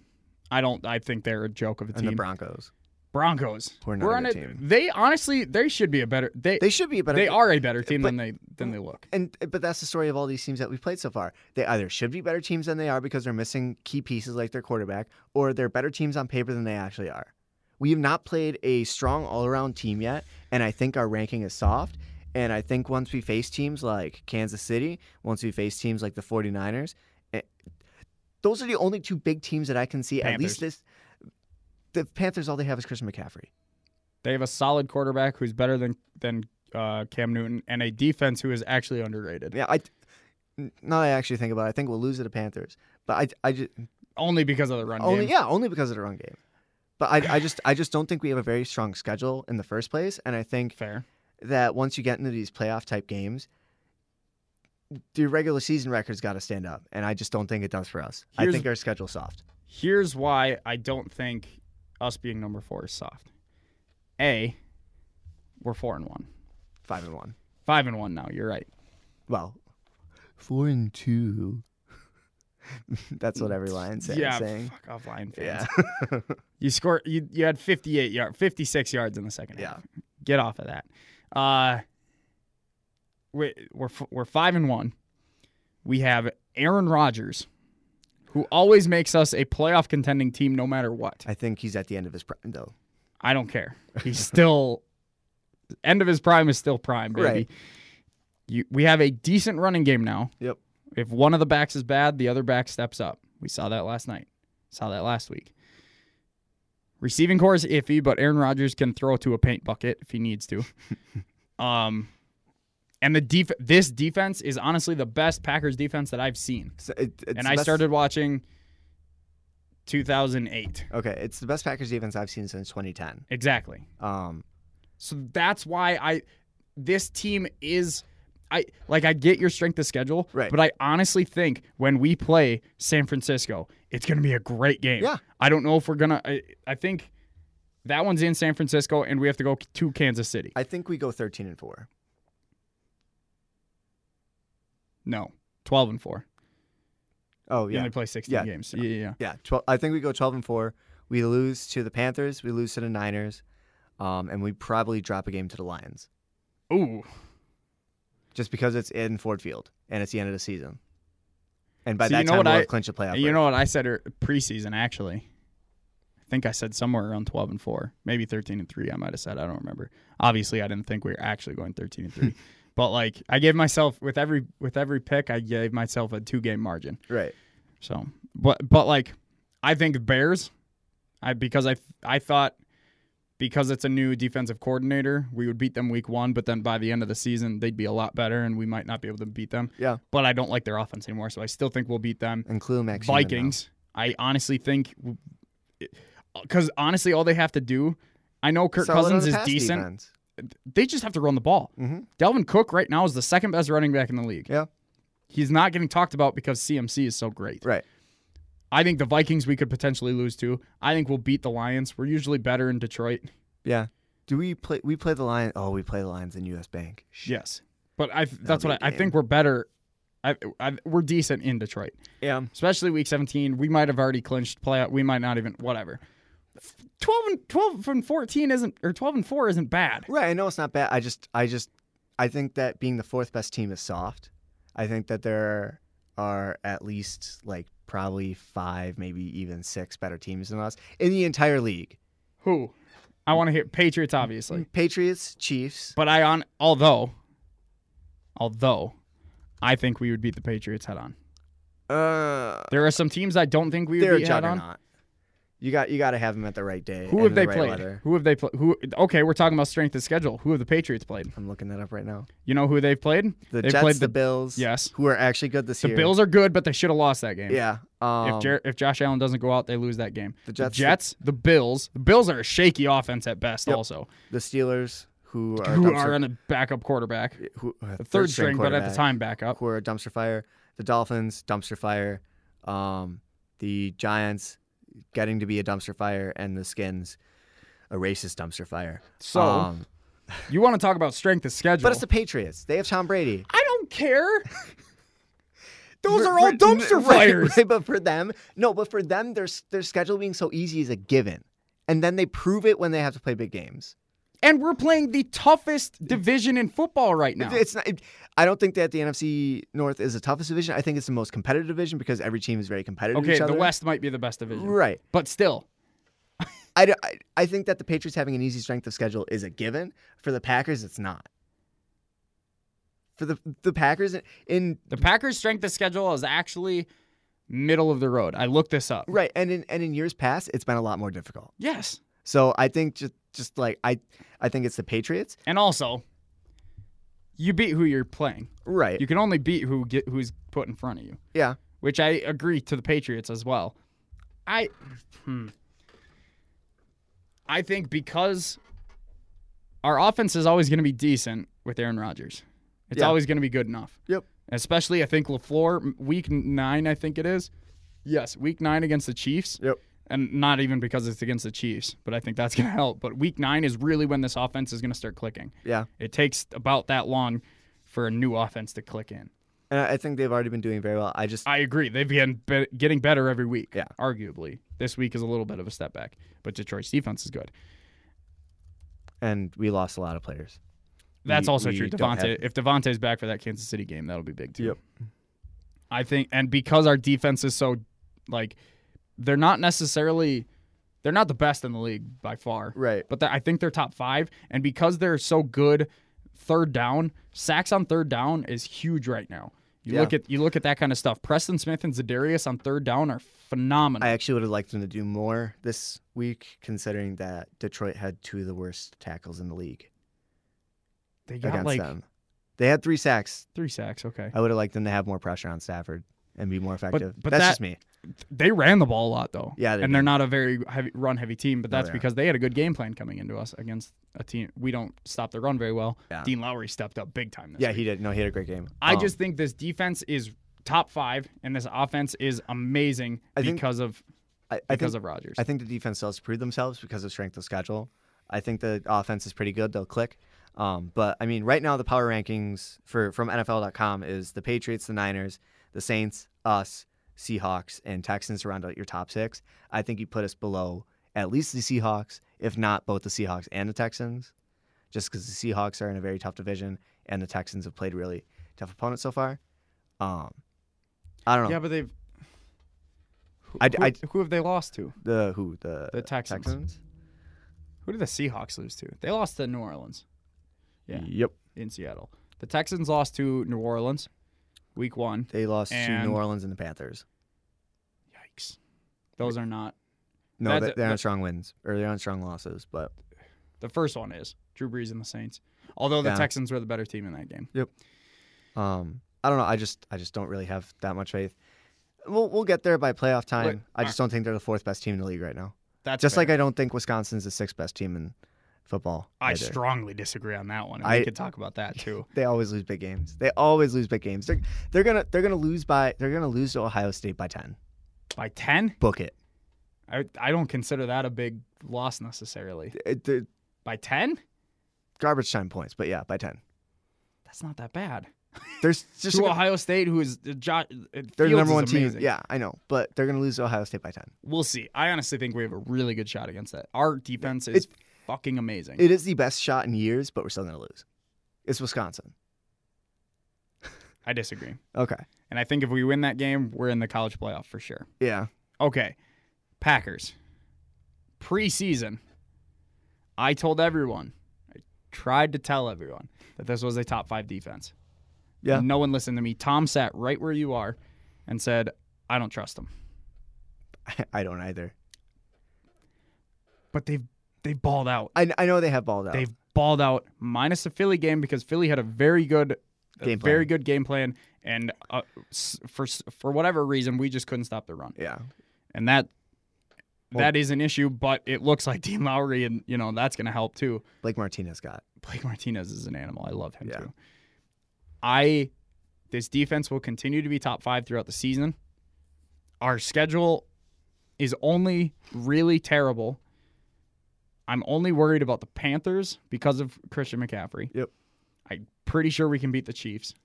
I don't. I think they're a joke of a
and the
team.
Broncos.
Broncos.
We're not a
on
good
it-
team.
They honestly, they should be a better. They
They should be a better.
they
team.
are a better team than they than they look.
And but that's the story of all these teams that we've played so far. They either should be better teams than they are because they're missing key pieces like their quarterback, or they're better teams on paper than they actually are. We have not played a strong all-around team yet, and I think our ranking is soft. And I think once we face teams like Kansas City, once we face teams like the 49ers, eh, those are the only two big teams that I can see at least this the Panthers all they have is Christian McCaffrey.
They have a solid quarterback who's better than than uh, Cam Newton and a defense who is actually underrated.
Yeah, I now that I actually think about it, I think we'll lose to the Panthers. But I I just
Only because of the run
Only
game.
yeah, only because of the run game. But I, I just I just don't think we have a very strong schedule in the first place, and I think
Fair.
that once you get into these playoff type games, the regular season record's got to stand up, and I just don't think it does for us. I
Here's-
think our schedule's soft.
Here's why I don't think us being number four is soft. A, we're four and one.
Five and one.
Five and one now, you're right.
Well, four and two. That's what every Lions fan is
yeah,
saying.
fuck off Lion fans.
Yeah,
You score you you had fifty eight yard fifty six yards in the second
Yeah.
half. Get off of that. Uh we, we're f- we're five and one. We have Aaron Rodgers, who always makes us a playoff contending team no matter what.
I think he's at the end of his prime though.
I don't care. He's still end of his prime is still prime, baby.
Right.
You, we have a decent running game now.
Yep.
If one of the backs is bad, the other back steps up. We saw that last night. Saw that last week. Receiving core is iffy, but Aaron Rodgers can throw to a paint bucket if he needs to. um, and the def- this defense is honestly the best Packers defense that I've seen.
So it- it's
and
the
I
best-
started watching 2008.
Okay, it's the best Packers defense I've seen since 2010.
Exactly.
Um,
So that's why I this team is I like I get your strength of schedule,
Right.
but I honestly think when we play San Francisco, it's going to be a great game.
Yeah.
I don't know if we're going to I, I think that one's in San Francisco and we have to go to Kansas City.
I think we go 13 and four.
No. 12 and 4.
Oh
We
yeah,
only play 16
Yeah.
games. Yeah, yeah, yeah.
Yeah, 12, I think we go 12 and 4. We lose to the Panthers, we lose to the Niners, um, and we probably drop a game to the Lions
Ooh.
just because it's in Ford Field and it's the end of the season. And by
So you
that
know
time,
what
we'll
I-
have clinched a playoff.
you
berth.
know what I said er- preseason actually. I think I said somewhere around 12 and 4, maybe 13 and 3 I might have said, I don't remember. Obviously, I didn't think we were actually going 13 and 3. but like I gave myself with every with every pick, I gave myself a two-game margin.
right?
So, but but like I think Bears I because I I thought because it's a new defensive coordinator, we would beat them week 1, but then by the end of the season, they'd be a lot better and we might not be able to beat them.
Yeah,
But I don't like their offense anymore, so I still think we'll beat them.
include Max Schumann, though.
Vikings. I honestly think, because honestly, all they have to do, I know Kirk
Solid on
Cousins
the
is
pass
decent.
defense.
They just have to run the ball.
Mhm.
Delvin Cook right now is the second best running back in the league.
Yeah,
He's not getting talked about because CMC is so great.
right.
I think the Vikings we could potentially lose to. I think we'll beat the Lions. We're usually better in Detroit.
Yeah. Do we play? We play the Lions. Oh, we play the Lions in U.S. Bank. Shit.
Yes, but I that's
be
what I, I
a game.
think we're better. I, I, we're decent in Detroit,
Yeah.
especially week 17. We might have already clinched playoff. We might not even whatever. 12 and 12 and 14 isn't or 12 and 4 isn't bad.
Right. I know it's not bad. I just, I just, I think that being the fourth best team is soft. I think that there are at least like probably five, maybe even six better teams than us in the entire league.
Who? I want to hear Patriots obviously.
Patriots, Chiefs.
But I on although although I think we would beat the Patriots head on.
Uh,
There are some teams I don't think we would
they're a
beat head on.
juggernaut. You got, you got to have them at the right day.
Who
and
have
in
they
the right
played?
weather.
Who have they played? Who? Okay, we're talking about strength of schedule. Who have the Patriots played?
I'm looking that up right now.
You know who they've played?
The
they
Jets,
played
the, Bills.
yes.
Who are actually good this
The
year.
Bills are good, but they should have lost that game.
Yeah. Um,
If, Jer- if Josh Allen doesn't go out, they lose that game.
The Jets-
the, Jets, the Bills. The Bills are a shaky offense at best. Also,
the Steelers, who are, a
who
dumpster-
are in a backup quarterback,
who, uh,
the third string, but at the
quarterback.
time backup.
who are a dumpster fire. The Dolphins, dumpster fire. Um, the Giants, getting to be a dumpster fire, and the Skins, a racist dumpster fire.
So-
Um,
You want to talk about strength of schedule?
but it's the Patriots. They have Tom Brady.
I don't care. Those
For-
are all
for-
dumpster
right,
fires.
right, but for them, no. But for them, their s- their schedule being so easy is a given, and then they prove it when they have to play big games.
And we're playing the toughest division in football right now.
It's not. It, I don't think that the NFC North is the toughest division. I think it's the most competitive division because every team is very competitive. with
Okay,
each
the
other.
West might be the best division.
Right.
But still,
I, d- I- I think that the Patriots having an easy strength of schedule is a given. For the Packers, it's not. For the the Packers in
the Packers' strength of schedule is actually middle of the road. I looked this up.
right and in and in years past, it's been a lot more difficult.
Yes.
So I think just just like I I think it's the Patriots.
And also, you beat who you're playing.
Right.
You can only beat who get who's put in front of you,
yeah.
which I agree to the Patriots as well. I hmm. I think because our offense is always going to be decent with Aaron Rodgers. It's
Yeah.
always going to be good enough.
Yep.
especially I think Lafleur m- week nine. I think it is. Yes, week nine against the Chiefs,
Yep.
and not even because it's against the Chiefs, but I think that's going to help. But week nine is really when this offense is going to start clicking.
Yeah.
It takes about that long for a new offense to click in.
And I I think they've already been doing very well. I just
I agree. They've been be- getting better every week.
Yeah.
arguably this week is a little bit of a step back, but Detroit's defense is good.
and we lost a lot of players.
That's
We-
also
we
true.
don't
Devontae,
have-
if Devontae's back for that Kansas City game, that'll be big too.
Yep.
I think, and because our defense is so, like, they're not necessarily, they're not the best in the league by far.
Right.
But that I think they're top five, and because they're so good, third down sacks on third down is huge right now. You
Yeah.
look at you look at that kind of stuff. Preston Smith and Zadarius on third down are phenomenal.
I actually would have liked them to do more this week, considering that Detroit had two of the worst tackles in the league
they got
against
like
them. They had three sacks.
three sacks. Okay.
I would have liked them to have more pressure on Stafford and be more effective.
but
that's
that-
just me.
They ran the ball a lot though.
Yeah, they
and they're
did. Oh,
not a very heavy, run heavy team, but that's
they aren't.
because they had a good game plan coming into us against a team we don't stop the run very well.
Yeah.
Dean Lowry stepped up big time. This
Yeah,
week.
he did. No, he had a great game.
I
Um,
just think this defense is top five, and this offense is amazing
I think-
because of
I, I
because
think,
of Rodgers.
I think the defense does prove themselves because of strength of schedule. I think the offense is pretty good. They'll click. Um, but I mean, right now the power rankings for from NFL.com is the Patriots, the Niners, the Saints, us, Seahawks, and Texans to round out your top six. I think you put us below at least the Seahawks, if not both the Seahawks and the Texans, just because the Seahawks are in a very tough division and the Texans have played really tough opponents so far. Um, I don't know.
yeah, but they've
I,
who,
I,
who have they lost to?
the who the
The Texans. Who did the Seahawks lose to? They lost to New Orleans Yeah.
Yep.
in Seattle. The Texans lost to New Orleans, week one.
They lost to
And-
New Orleans and the Panthers.
Yikes, those are not
No,
That's
they-
a-
they're
that-
on strong wins or they're on strong losses, but
The first one is Drew Brees and the Saints. Although the
Yeah.
Texans were the better team in that game.
um, I don't know. I just I just don't really have that much faith. We'll we'll get there by playoff time.
Look,
I just don't think they're the fourth best team in the league right now.
That's
just like I don't think Wisconsin's the sixth best team in football.
I,
either.
strongly disagree on that one. And
I-
we could talk about that too.
They always lose big games. They always lose big games. They're they're gonna they're gonna lose by they're gonna lose to Ohio State by ten.
by 10?
Book it.
I, I don't consider that a big loss necessarily.
It- they're
By 10?
garbage time points, but yeah, by ten.
That's not that bad.
There's just
to
a-
Ohio State, who is uh, jo- it
they're the
Fields
number
is
one team.
amazing.
Yeah, I know, but they're gonna lose to Ohio State by ten.
we'll see. I honestly think we have a really good shot against that. Our defense is
It's-
fucking amazing.
It is the best shot in years, but we're still gonna lose. It's Wisconsin.
I disagree,
Okay.
and I think if we win that game, we're in the college playoff for sure.
Yeah.
Okay, Packers. Preseason, I told everyone, I tried to tell everyone that this was a top five defense.
Yeah.
No one listened to me. Tom sat right where you are, and said, "I don't trust them."
I don't either.
But they've they've balled out.
I, I know they have balled out.
They've balled out, minus the Philly game because Philly had a very good, a
Game plan.
very good game plan, and uh, s- for s- for whatever reason, we just couldn't stop the run,
yeah.
and that
Well-
that is an issue. But it looks like Dean Lowry, and you know that's going to help too.
Blake Martinez got.
Blake Martinez is an animal. I love him
Yeah.
too. I this defense will continue to be top five throughout the season. Our schedule is only really terrible. I'm only worried about the Panthers because of Christian McCaffrey.
Yep.
I'm pretty sure we can beat the Chiefs.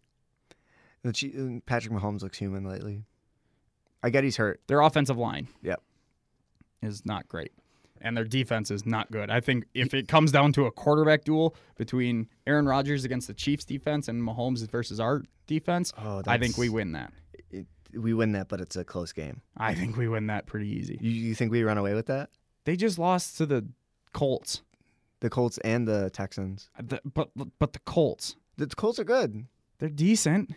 The Chi- and Patrick Mahomes looks human lately. I get he's hurt.
Their offensive line
Yep.
is not great. And their defense is not good. I think if it comes down to a quarterback duel between Aaron Rodgers against the Chiefs defense and Mahomes versus our defense,
Oh,
I think we
that's-
win that.
It, we win that, but it's a close game.
I think we win that pretty easy.
You, you think we run away with that?
They just lost to the Colts,
The Colts and the Texans.
The- but but the Colts,
The Colts are good.
they're decent.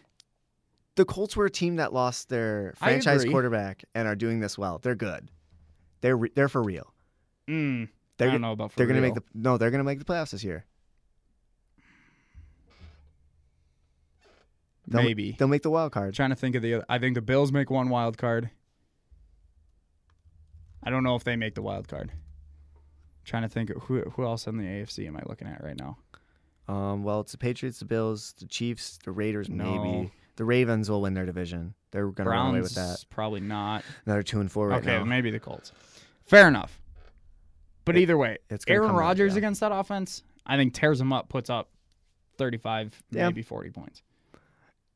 The Colts were a team that lost their
I
franchise
agree.
quarterback and are doing this well. They're good. They're re- they're for real.
Mm,
They're
I don't
go-
know about. For
they're gonna make the
real.
no. They're gonna make the playoffs this year. They'll,
maybe.
they'll make the wild
I'm
card.
trying to think of the. Other, I think the Bills make one wild card. I don't know if they make the wild card. trying to think of who who else in the AFC am I looking at right now?
Um, well, it's the Patriots, the Bills, the Chiefs, the Raiders.
No.
Maybe the Ravens will win their division. They're gonna run away with
Browns
that.
probably not.
They're two and four right
okay,
now.
maybe the Colts. Fair enough. But
It-
either way,
it's gonna
Aaron
come out,
Rodgers
yeah.
against that offense, I think tears them up, puts up 35,
Yeah.
maybe 40 points.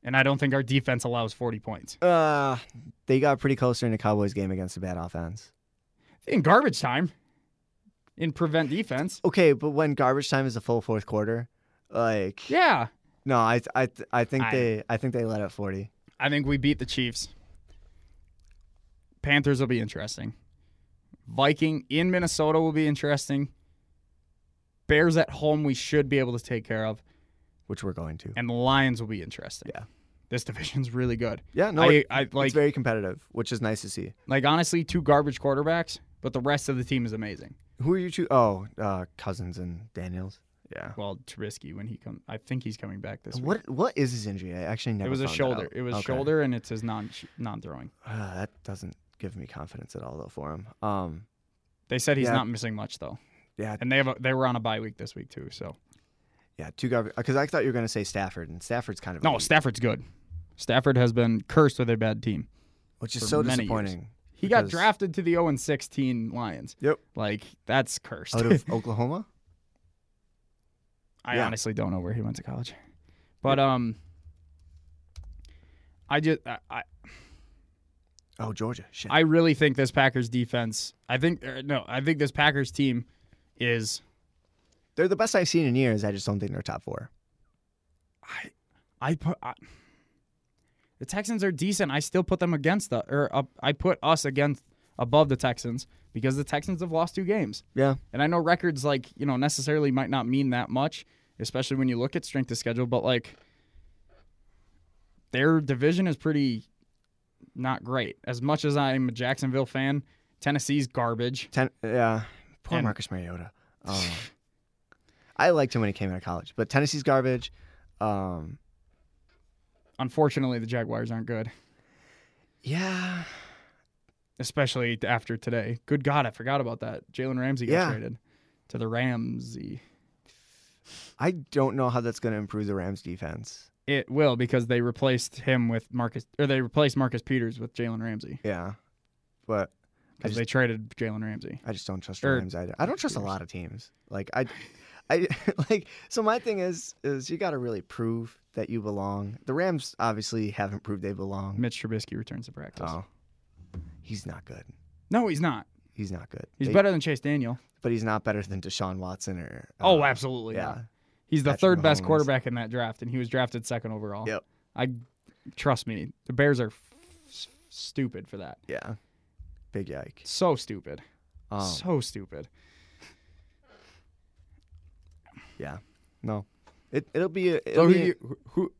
And I don't think our defense allows 40 points.
Uh, they got pretty close during the Cowboys game against a bad offense.
In garbage time, in prevent defense.
Okay, but when garbage time is a full fourth quarter, like
Yeah.
no, I I I think
I-
they I think they let up forty.
I think we beat the Chiefs. Panthers will be interesting. Viking in Minnesota will be interesting. Bears at home, we should be able to take care of.
Which we're going to.
and the Lions will be interesting.
Yeah.
This division's really good.
Yeah, no,
I,
it-
I like
it's very competitive, which is nice to see.
like honestly two garbage quarterbacks, but the rest of the team is amazing.
Who are you two? Oh, uh, Cousins and Daniels. Yeah.
Well, Trubisky when he comes, I think he's coming back this week.
What what is his injury? I actually never.
It was a
found that
shoulder.
out.
It was
Okay.
shoulder, and it's his non non throwing.
Ah, that doesn't give me confidence at all though for him. Um,
They said he's
Yeah.
not missing much though,
yeah,
and they have a, they were on a bye week this week too. So
yeah, two garbage. Because I thought you were gonna say Stafford, and Stafford's kind of
no,
elite,
Stafford's good. Stafford has been cursed with a bad team.
which is
for
so
many years.
disappointing.
He got
because-
drafted to the 0 16 Lions.
Yep.
Like that's cursed.
out of Oklahoma.
I
Yeah.
honestly don't know where he went to college. But um I just I- I
Oh, Georgia. Shit.
I really think this Packers defense I think er, no, I think this Packers team is
They're the best I've seen in years. I just don't think they're top four.
I I put I, the Texans are decent. I still put them against the or up, I put us against above the Texans because the Texans have lost two games.
Yeah.
And I know records like, you know, necessarily might not mean that much, especially when you look at strength of schedule, but like their division is pretty not great. As much as I'm a Jacksonville fan, Tennessee's garbage.
Ten. Yeah. Poor
And-
Marcus Mariota. Um, I liked him when he came out of college, but Tennessee's garbage. Um,
Unfortunately, the Jaguars aren't good,
yeah.
especially after today. Good God, I forgot about that. Jalen Ramsey got
Yeah.
traded to the Ramsey.
I don't know how that's going to improve the Rams defense.
It will because they replaced him with Marcus, or they replaced Marcus Peters with Jalen Ramsey.
Yeah. but I
because
just,
they traded Jalen Ramsey.
I just don't trust
or-
your Rams either. I don't trust a lot of teams. Like I, I like so my thing is is you got to really prove that you belong. The Rams obviously haven't proved they belong.
Mitch Trubisky returns to practice.
Oh, he's not good.
No, he's not.
He's not good.
He's
They-
better than Chase Daniel.
but he's not better than Deshaun Watson or.
oh,
uh,
absolutely.
yeah.
not. He's the
Patrick
third best
Mahomes.
quarterback in that draft, and he was drafted second overall.
Yep.
I trust me. The Bears are f- s- stupid for that.
Yeah. Big yike.
So stupid.
Um,
So stupid.
yeah. No. It it'll be
So
a. It'll
who,
be a-
you- who, who?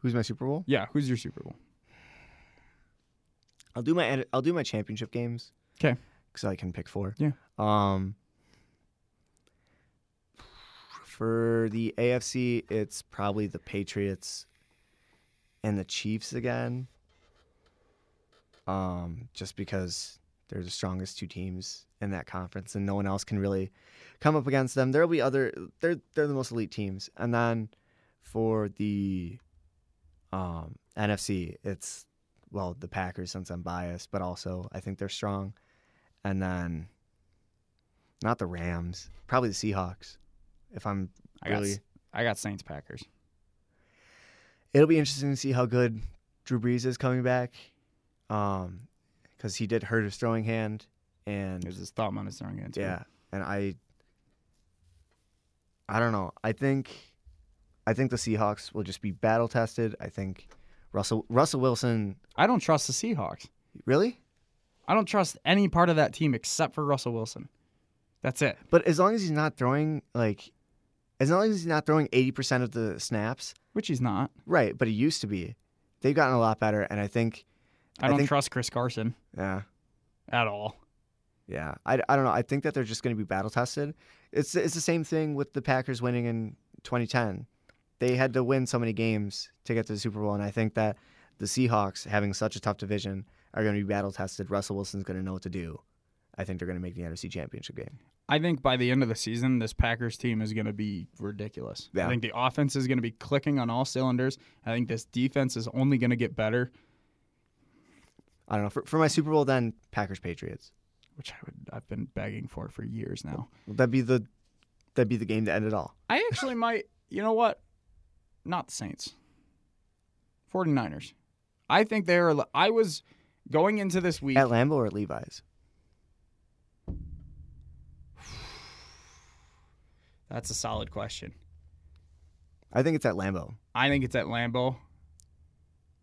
who's my Super Bowl?
Yeah. Who's your Super Bowl?
I'll do my I'll do my championship games.
'Kay.
Because I can pick four.
Yeah.
Um. For the AFC, it's probably the Patriots and the Chiefs again. Um, just because they're the strongest two teams in that conference, and no one else can really come up against them. There'll be other. They're they're the most elite teams, and then for the um, NFC, it's well the Packers since I'm biased, but also I think they're strong, and then not the Rams, probably the Seahawks. If I'm
I got,
Really?
s- I got Saints Packers.
it'll be interesting to see how good Drew Brees is coming back, um, because he did hurt his throwing hand, and
It was his thumb on his throwing hand. too.
yeah, and I, I don't know. I think, I think the Seahawks will just be battle tested. I think Russell Russell Wilson
I don't trust the Seahawks.
really,
I don't trust any part of that team except for Russell Wilson. That's it.
but as long as he's not throwing like, as long as he's not throwing eighty percent of the snaps,
Which he's not.
right? But he used to be. They've gotten a lot better, and I think,
I
I
don't
think-
trust Chris Carson
yeah.
at all.
Yeah, I, I don't know. I think that they're just going to be battle tested. It's it's the same thing with the Packers winning in 2010. They had to win so many games to get to the Super Bowl, and I think that the Seahawks, having such a tough division, are going to be battle tested. Russell Wilson's going to know what to do. I think they're going to make the NFC Championship game.
I think by the end of the season, this Packers team is going to be ridiculous. I
Yeah.
think the offense is going to be clicking on all cylinders. I think this defense is only going to get better,
I don't know. For, for my Super Bowl, then Packers Patriots.
which I would I've been begging for for years now.
That'd be the that'd be the game to end it all.
I actually might, you know what? Not the Saints. 49ers. I think they are I was going into this week
At Lambeau or at Levi's.
That's a solid question.
I think it's at Lambeau.
I think it's at Lambeau.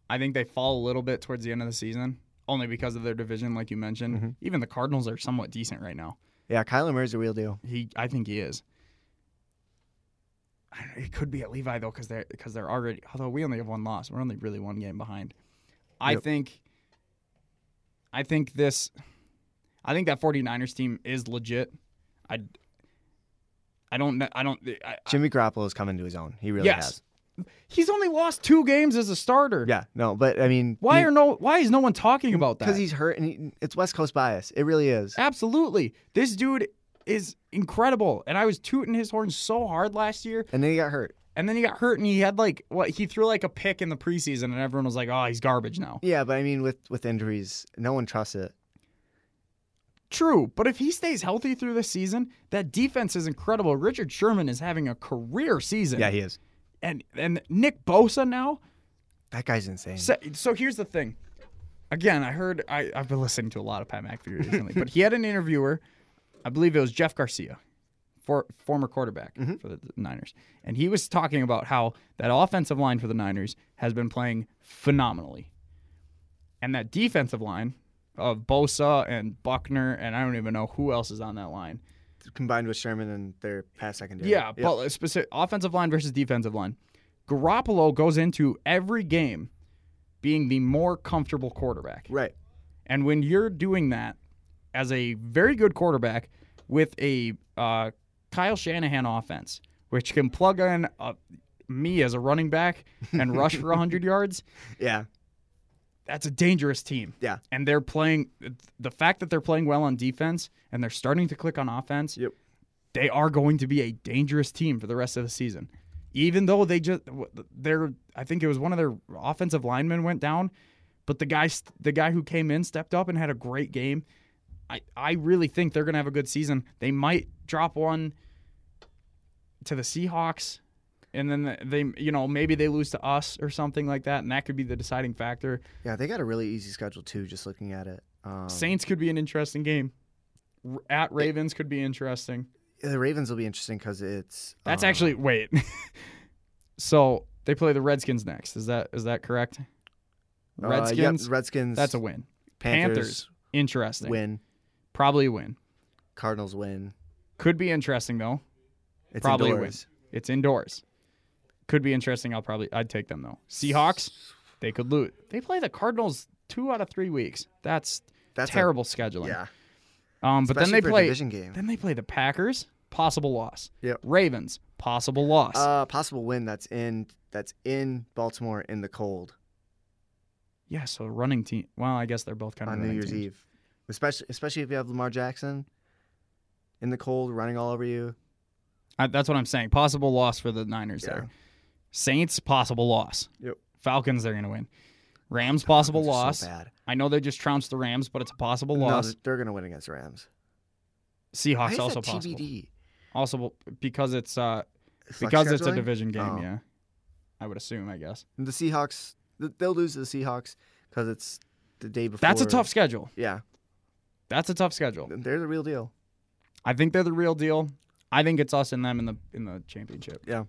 I think they fall a little bit towards the end of the season, only because of their division, like you mentioned.
Mhm.
Even the Cardinals are somewhat decent right now.
Yeah, Kyler Murray's the real deal.
He, I think he is. I don't- It could be at Levi though, because they're because they're already. Although we only have one loss, we're only really one game behind. I
Yep.
think. I think this. I think that 49ers team is legit. I. I don't. kn- I don't. I, I-
Jimmy Garoppolo's come into his own. He really
yes.
has.
He's only lost two games as a starter.
Yeah, no, but I mean,
Why
he-
are no? Why is no one talking about that?
Because he's hurt, and he, it's West Coast bias. It really is.
Eh. absolutely this dude is incredible, and I was tooting his horn so hard last year,
And then he got hurt.
and then he got hurt, and he had like what he threw like a pick in the preseason, and everyone was like, "Oh, he's garbage now."
Yeah, but I mean, with with injuries, no one trusts it.
True, but if he stays healthy through the season, that defense is incredible. Richard Sherman is having a career season.
Yeah, he is.
and and Nick Bosa now.
That guy's insane.
So, so here's the thing. Again, I heard I, I've been listening to a lot of Pat McAfee recently, but he had an interviewer. I believe it was Jeff Garcia, for, former quarterback for the Niners, and he was talking about how that offensive line for the Niners has been playing phenomenally, and that defensive line of Bosa and Buckner and I don't even know who else is on that line.
Combined with Sherman and their pass secondary.
Yeah,
Yep.
but specific offensive line versus defensive line. Garoppolo goes into every game being the more comfortable quarterback.
right.
And when you're doing that as a very good quarterback with a uh, Kyle Shanahan offense, which can plug in uh, me as a running back and rush for 100 yards,
Yeah,
that's a dangerous team.
Yeah.
And they're playing the fact that they're playing well on defense and they're starting to click on offense.
Yep.
They are going to be a dangerous team for the rest of the season. Even though they just their I think it was one of their offensive linemen went down, But the guy, st- the guy who came in, stepped up and had a great game. I, I really think they're gonna have a good season. They might drop one to the Seahawks, and then the- they, you know, maybe they lose to us or something like that, and that could be the deciding factor.
Yeah, they got a really easy schedule too. Just looking at it, um,
Saints could be an interesting game. R- At Ravens could be interesting.
The Ravens will be interesting because it's
That's
um,
actually wait. so they play the Redskins next. Is that is that correct?
uh,
Redskins.
yep, Redskins.
That's a win.
Panthers,
Interesting.
win.
Probably a win.
Cardinals win.
Could be interesting though.
It's
Probably a win.
indoors.
It's indoors. Could be interesting. I'll probably I'd take them though. Seahawks. They could lose. They play the Cardinals two out of three weeks. That's,
That's a-
terrible scheduling.
Yeah,
Um, but
Especially
then
for
they
a
play
division game.
Then they play the Packers. Possible loss.
Yep.
Ravens. Possible loss.
Uh, possible win. That's in. That's in Baltimore in the cold
yeah. So running team. Well, I guess they're both kind of
on New
running
Year's
teams.
Eve, especially especially if you have Lamar Jackson in the cold running all over you.
I, that's what I'm saying. Possible loss for the Niners
Yeah.
there. Saints possible loss.
Yep.
Falcons they're gonna win. Rams possible
Falcons are so
loss.
bad.
I know they just trounced the Rams, but it's a possible
No,
loss.
they're- they're gonna win against the Rams. Why
Seahawks
is
also
that
possible.
TBD?
Also because it's uh
Flex
because it's a
scheduling?
division game.
Oh.
Yeah, I would assume. I guess
The Seahawks. th- They'll lose to the Seahawks because it's the day before.
that's a tough schedule.
Yeah,
That's a tough schedule.
they're the real deal.
I think they're the real deal. I think it's us and them in the in the championship.
Yeah.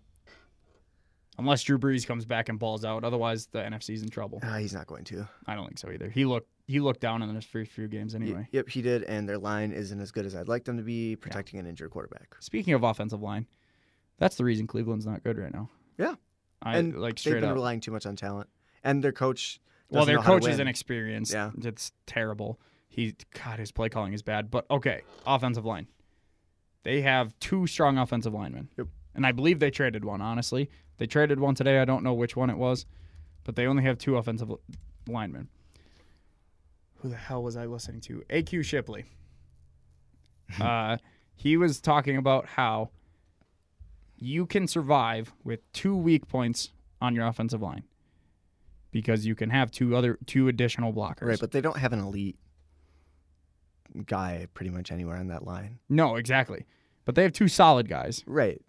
Unless Drew Brees comes back and balls out, otherwise the NFC's in trouble.
Ah, he's not going to.
I don't think so either. He looked he looked down in those first few games
Y-
anyway.
Yep, he did, and their line isn't as good as I'd like them to be, protecting an injured quarterback.
Speaking of offensive line, that's the reason Cleveland's not good right now.
Yeah,
I
and
like
they've
straight
been
up.
relying too much on talent, and their coach.
well,
doesn't
their
know how to
coach is
win.
inexperienced.
Yeah.
it's terrible. He God, his play calling is bad. But okay, offensive line. They have two strong offensive linemen,
Yep.
and I believe they traded one. Honestly, they traded one today. I don't know which one it was, but they only have two offensive li- linemen. Who the hell was I listening to? AQ Shipley. uh, he was talking about how you can survive with two weak points on your offensive line because you can have two other two additional blockers.
Right, but they don't have an elite guy pretty much anywhere on that line.
no, exactly. But they have two solid guys.
Right.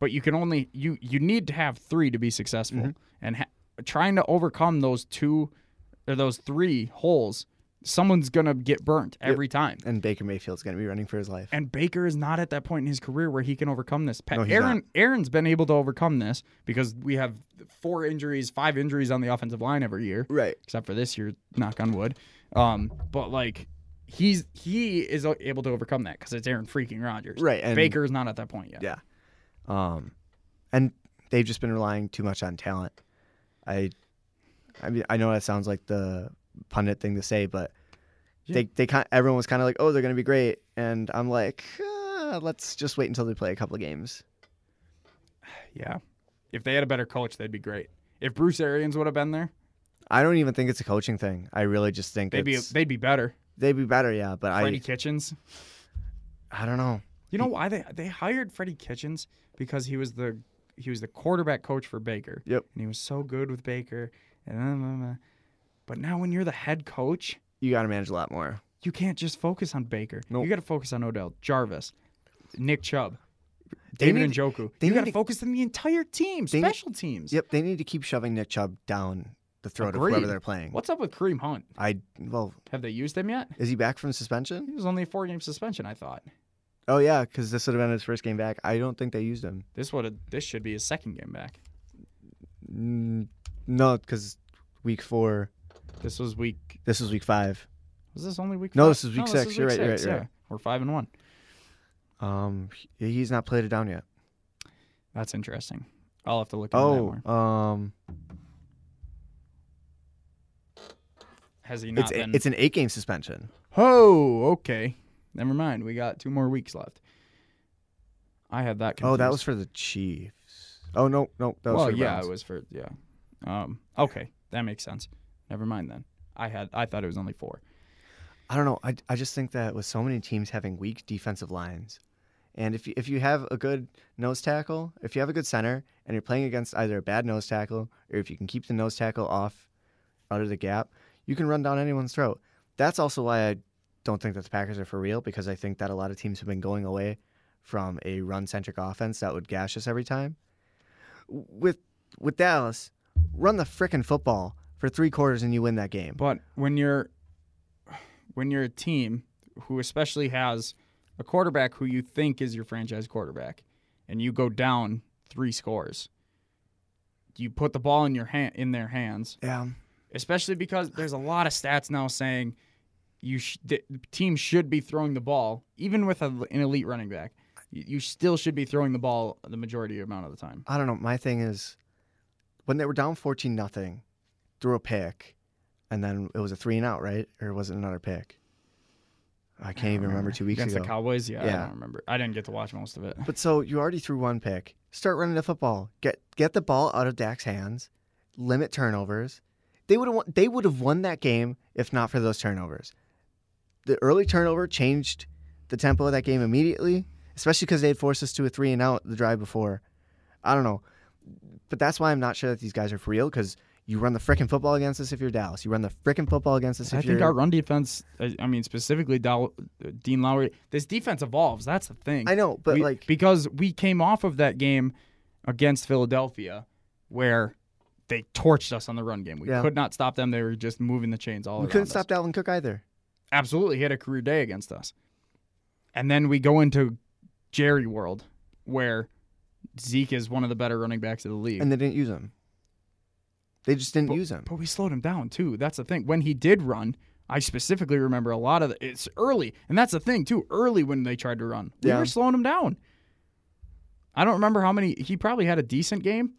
But you can only you you need to have three to be successful.
Mm-hmm.
And ha- trying to overcome those two or those three holes, someone's gonna get burnt every time.
And Baker Mayfield's going to be running for his life.
And Baker is not at that point in his career where he can overcome this. Pa-
No, he's
Aaron
not.
Aaron's been able to overcome this because we have four injuries, five injuries on the offensive line every year.
right.
except for this year, knock on wood. Um, but like he's he is o- able to overcome that because it's Aaron freaking Rodgers.
Right, and-
Baker is not at that point yet.
Yeah. Um, and they've just been relying too much on talent. I, I mean, I know that sounds like the pundit thing to say, but they they kind everyone was kind of like, oh, they're going to be great, and I'm like, "Ah, let's just wait until they play a couple of games.
Yeah. If they had a better coach, they'd be great. If Bruce Arians would have been there,
I don't even think it's a coaching thing. I really just think
they'd be
it's-
they'd be better.
they'd be better, yeah. But
Freddie
I
Kitchens.
I don't know.
You know why they they hired Freddie Kitchens because he was the he was the quarterback coach for Baker.
Yep.
And he was so good with Baker. And uh, uh, uh. but now when you're the head coach,
You got to manage a lot more.
You can't just focus on Baker.
Nope.
You got to focus on Odell, Jarvis, Nick Chubb,
They
David
need-
Njoku.
they
you got
need
to
to-
focus on the entire team,
They need-
special teams.
Yep, they need to keep shoving Nick Chubb down the throat of whoever
Agreed.
they're playing.
What's up with Kareem Hunt?
I well,
Have they used him yet?
is he back from suspension?
He was only a four game suspension, I thought.
Oh yeah, because this would have been his first game back. I don't think they used him.
This would this should be his second game back.
Mm, no, because week four.
This was week
This was week five.
was this only week
No,
five?
this is week six. You're right, you're right, you're
yeah.
right.
We're five and one.
Um, he- he's not played it down yet.
That's interesting. I'll have to look into that
Oh,
more.
um,
Has he not
it's a,
been
it's an eight game suspension.
Oh, okay. Never mind. We got two more weeks left. I had that confused.
Oh, that was for the Chiefs. Oh no, no, that was
well,
for the
yeah,
Browns.
it was for yeah. Um, okay, that makes sense. Never mind then. I had I thought it was only four.
I don't know. I, I just think that with so many teams having weak defensive lines, and if you, if you have a good nose tackle, if you have a good center, and you're playing against either a bad nose tackle or if you can keep the nose tackle off out of the gap, you can run down anyone's throat. That's also why I don't think that the Packers are for real because I think that a lot of teams have been going away from a run centric offense that would gash us every time. With with Dallas, run the frickin' football for three quarters and you win that game.
But when you're when you're a team who especially has a quarterback who you think is your franchise quarterback and you go down three scores, you put the ball in your hand in their hands
Yeah.
especially because there's a lot of stats now saying you sh- the team should be throwing the ball even with a, an elite running back. You, you still should be throwing the ball the majority amount of the time.
I don't know. My thing is when they were down 14 nothing, threw a pick, and then it was a three and out, right? Or was it another pick? I can't even remember two weeks
against
ago.
the Cowboys. Yeah, I
Yeah.
don't remember. I didn't get to watch most of it.
But so you already threw one pick. Start running the football. Get get the ball out of Dak's hands. Limit turnovers. They would have they would have won that game if not for those turnovers. The early turnover changed the tempo of that game immediately, especially because they had forced us to a three and out the drive before. I don't know, but that's why I'm not sure that these guys are for real because you run the frickin' football against us if you're Dallas. You run the frickin' football against us if
I
you're.
think our run defense. uh, I, I mean, specifically Dow, Dean Lowry. This defense evolves. That's the thing.
I know, but
We-
like
because we came off of that game against Philadelphia where they torched us on the run game. We
Yeah.
could not stop them. They were just moving the chains all
we
around
couldn't
us.
stop Dalvin Cook either.
absolutely he had a career day against us. And then we go into Jerry World where Zeke is one of the better running backs of the league.
and they didn't use him. They just didn't use him.
but we slowed him down too. That's the thing. When he did run, I specifically remember a lot of the, it's early. And that's the thing too. Early when they tried to run, we
Yeah.
were slowing him down. I don't remember how many he probably had a decent game.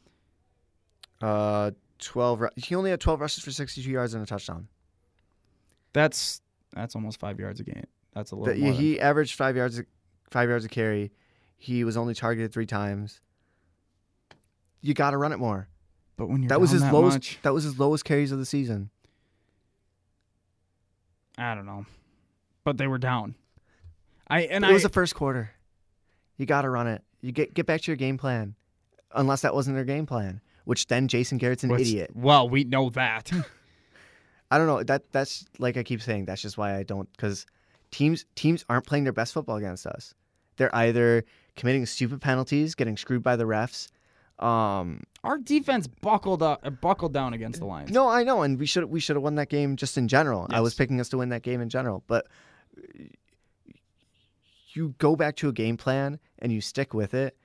Uh, twelve. ru- He only had twelve rushes for sixty-two yards and a touchdown.
That's that's almost 5 yards a game. That's a little
That-
more than-
he averaged five yards, a- five yards a carry. He was only targeted three times. You got to run it more.
but when you're
that was
down
his
that
lowest.
much-
That was his lowest carries of the season.
I don't know. But they were down. I and
it was
I
the first quarter. You got to run it. You get get back to your game plan, unless that wasn't their game plan. Which then Jason Garrett's an
What's-
idiot.
Well, we know that.
I don't know. That that's like I keep saying. That's just why I don't because teams teams aren't playing their best football against us. They're either committing stupid penalties, getting screwed by the refs. Um,
Our defense buckled up, uh, buckled down against the Lions.
no, I know, and we should we should have won that game just in general. I was
Yes.
picking us to win that game in general, but you go back to a game plan and you stick with it.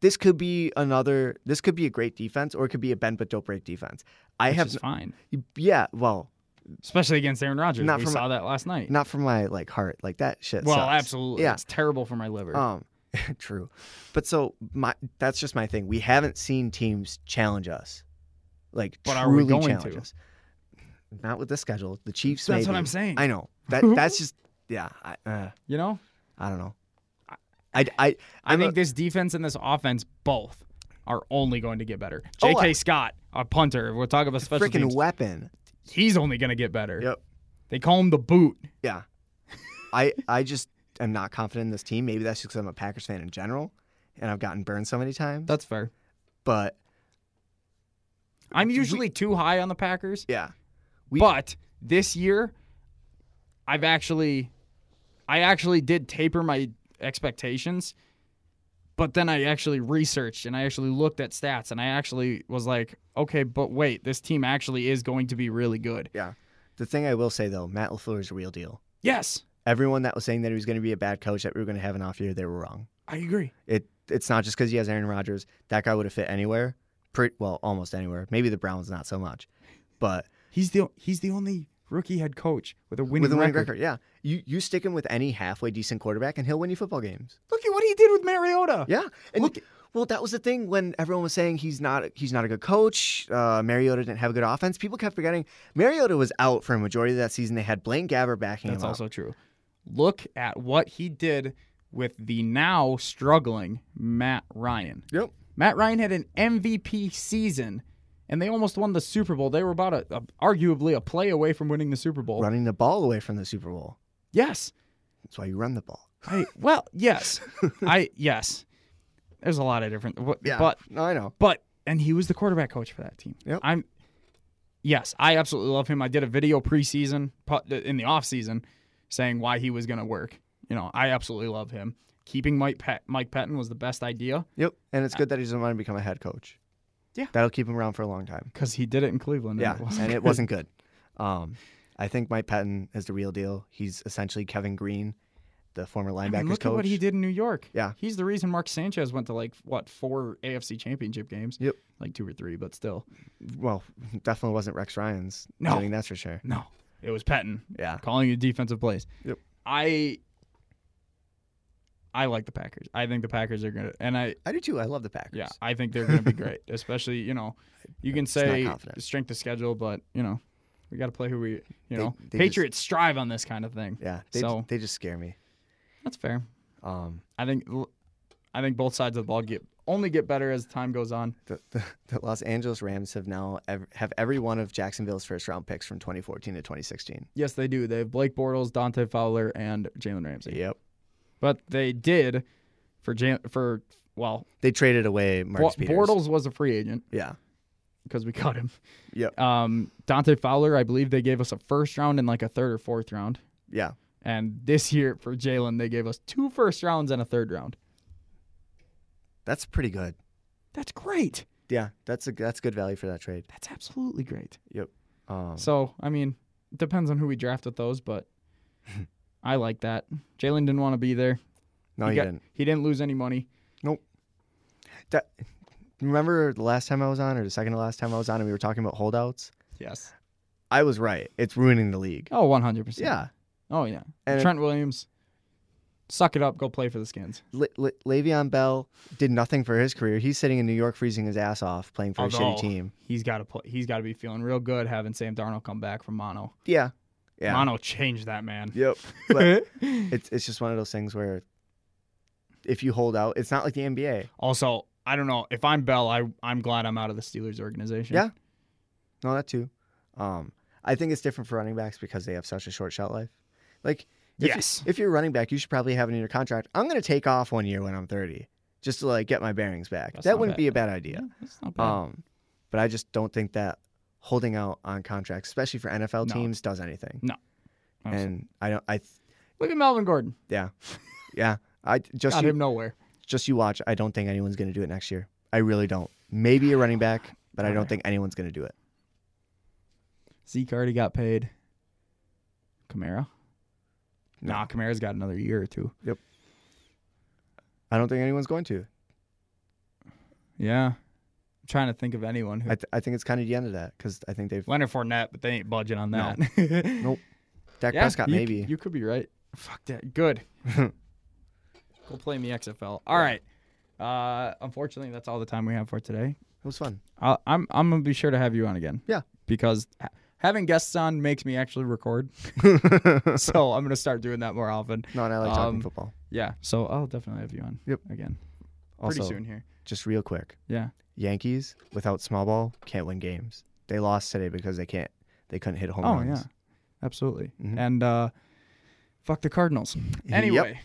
This could be another. This could be a great defense, or it could be a bend but don't break defense. I
which
have,
is fine,
yeah, well,
especially against Aaron Rodgers.
Not
we
from-
saw that last night.
not for my like heart, like that shit.
well,
sucks.
absolutely.
Yeah,
It's terrible for my liver.
Um, true, but so my that's just my thing. We haven't seen teams challenge us, like
But are we
truly
going
challenge
to?
us. Not with this schedule. The Chiefs.
That's what
maybe.
I'm saying.
I know that. That's just yeah. I uh,
you know,
I don't know. I I
I
I'm a-
think this defense and this offense both are only going to get better.
Oh,
J.K.
I-
Scott, a punter. We'll talk about special
freaking
teams.
weapon.
He's only going to get better.
Yep.
They call him the boot.
Yeah. I I just am not confident in this team. Maybe that's just because I'm a Packers fan in general, and I've gotten burned so many times.
That's fair.
But
I'm usually too high on the Packers.
yeah, we
but this year i've actually i actually did taper my expectations but then i actually researched and i actually looked at stats and i actually was like okay but wait this team actually is going to be really good
yeah. The thing I will say though, Matt Lafleur is a real deal.
yes
everyone that was saying that he was going to be a bad coach, that we were going to have an off year, they were wrong.
i agree
It it's not just because he has Aaron Rodgers. That guy would have fit anywhere, pretty well, almost anywhere. Maybe the Browns not so much, but
he's the he's the only rookie head coach with a winning,
with a winning
record.
record, yeah. You you stick him with any halfway decent quarterback, and he'll win you football games.
look at what he did with mariota
Yeah, and
Look-
well, that was the thing when everyone was saying he's not he's not a good coach. Uh, Mariota didn't have a good offense. People kept forgetting Mariota was out for a majority of that season. They had Blaine Gabbert backing
That's
him up.
also true. Look at what he did with the now struggling Matt Ryan.
Yep.
Matt Ryan had an MVP season, and they almost won the Super Bowl. They were about a, a- arguably a play away from winning the Super Bowl.
running the ball away from the Super Bowl.
Yes.
That's why you run the ball.
I well, yes. I yes. There's a lot of different, wh-
Yeah,
but
no, I know.
but and he was the quarterback coach for that team.
Yep.
I'm. yes, I absolutely love him. I did a video preseason pu- in the offseason saying why he was going to work. You know, I absolutely love him. Keeping Mike Pet- Mike Patton was the best idea
Yep. And it's good that he doesn't want to become a head coach.
Yeah.
That'll keep him around for a long time.
because he did it in Cleveland. and
Yeah.
it wasn't
and it
good.
wasn't good. Um, I think Mike Patton is the real deal. He's essentially Kevin Green, the former
I
linebackers
mean, look
coach.
at what he did in New York.
Yeah.
he's the reason Mark Sanchez went to like what four AFC Championship games.
Yep.
like two or three, but still,
Well, definitely wasn't Rex Ryan's
No.
doing that's for sure.
no, it was Patton.
Yeah.
calling you defensive plays.
Yep.
I I like the Packers. I think the Packers are gonna, and I
I do too. I love the Packers.
yeah, I think they're gonna be great. Especially you know, you can say
not confident.
strength of schedule, but you know, we got to play who we you know.
they just-
Patriots strive on this kind of thing.
Yeah. They,
So-
they just scare me.
That's fair.
Um,
I think I think both sides of the ball get only get better as time goes on.
the, the, the Los Angeles Rams have now ev- have every one of Jacksonville's first round picks from 2014 to 2016.
Yes, they do. They have Blake Bortles, Dante Fowler, and Jalen Ramsey.
Yep.
But they did for Jan- for well,
They traded away Marcus
Bo-
Peters.
Bortles was a free agent
Yeah.
because we cut him.
Yep.
Um, Dante Fowler, I believe they gave us a first round and like a third or fourth round.
Yeah.
And this year for Jalen, they gave us two first rounds and a third round.
That's pretty good.
That's great.
Yeah, that's a that's good value for that trade.
That's absolutely great.
Yep. Um,
So I mean, it depends on who we draft with those, but I like that. Jalen didn't want to be there.
no, you
got-
didn't.
He didn't lose any money.
That- remember the last time I was on, or the second to last time I was on, and we were talking about holdouts.
Yes.
I was right. It's ruining the league.
Oh, 100 percent.
Yeah.
Oh yeah.
And-
Trent Williams, suck it up. Go play for the Skins.
Le- Le- Le'Veon Bell did nothing for his career. He's sitting in New York, freezing his ass off, playing for a
Although,
shitty team.
He's got to play. He's got to be feeling real good having Sam Darnold come back from mono.
Yeah. Yeah.
Mono changed that man.
Yep. But it's it's just one of those things where if you hold out, it's not like the NBA.
also, I don't know if I'm Bell. I I'm glad I'm out of the Steelers organization.
Yeah. No, that too. Um, I think it's different for running backs because they have such a short shelf life. Like, if you-
Yes.
if you're a running back, you should probably have it in your contract. I'm going to take off one year when I'm 30, just to like get my bearings back.
That's
that
not
wouldn't
bad.
be a bad idea.
That's not bad.
Um, but I just don't think that holding out on contracts, especially for NFL
No.
teams, does anything.
No. Absolutely.
And I don't. I th-
Look at Melvin Gordon.
yeah, yeah. I just
Got
you,
him nowhere.
just you watch. I don't think anyone's going to do it next year. I really don't. Maybe a running back, but I don't
Alright.
think anyone's going to do it.
Zeke already got paid. Kamara.
No.
Nah, Kamara's got another year or two.
I don't think anyone's going to.
Yeah. I'm trying to think of anyone who
I, th- I think it's kind of the end of that because I think they've
Leonard Fournette, but they ain't budging on
No.
that.
Nope. Dak
Yeah,
Prescott
you c-
maybe.
you could be right. Fuck that. Good. Go play in the XFL. All right. Uh, unfortunately, that's all the time we have for today.
It was fun.
I'll, I'm I'm gonna be sure to have you on again.
Yeah.
because ha- having guests on makes me actually record, so I'm gonna start doing that more often.
No, and I like talking
Um,
football.
Yeah, so I'll definitely have you on.
Yep.
again
Also,
pretty soon here.
just real quick,
Yeah,
Yankees without small ball can't win games. They lost today because they can't. They couldn't hit home
Oh,
runs.
yeah, absolutely.
Mm-hmm.
Mhm.
And uh, fuck the Cardinals.
Yep.
Anyway,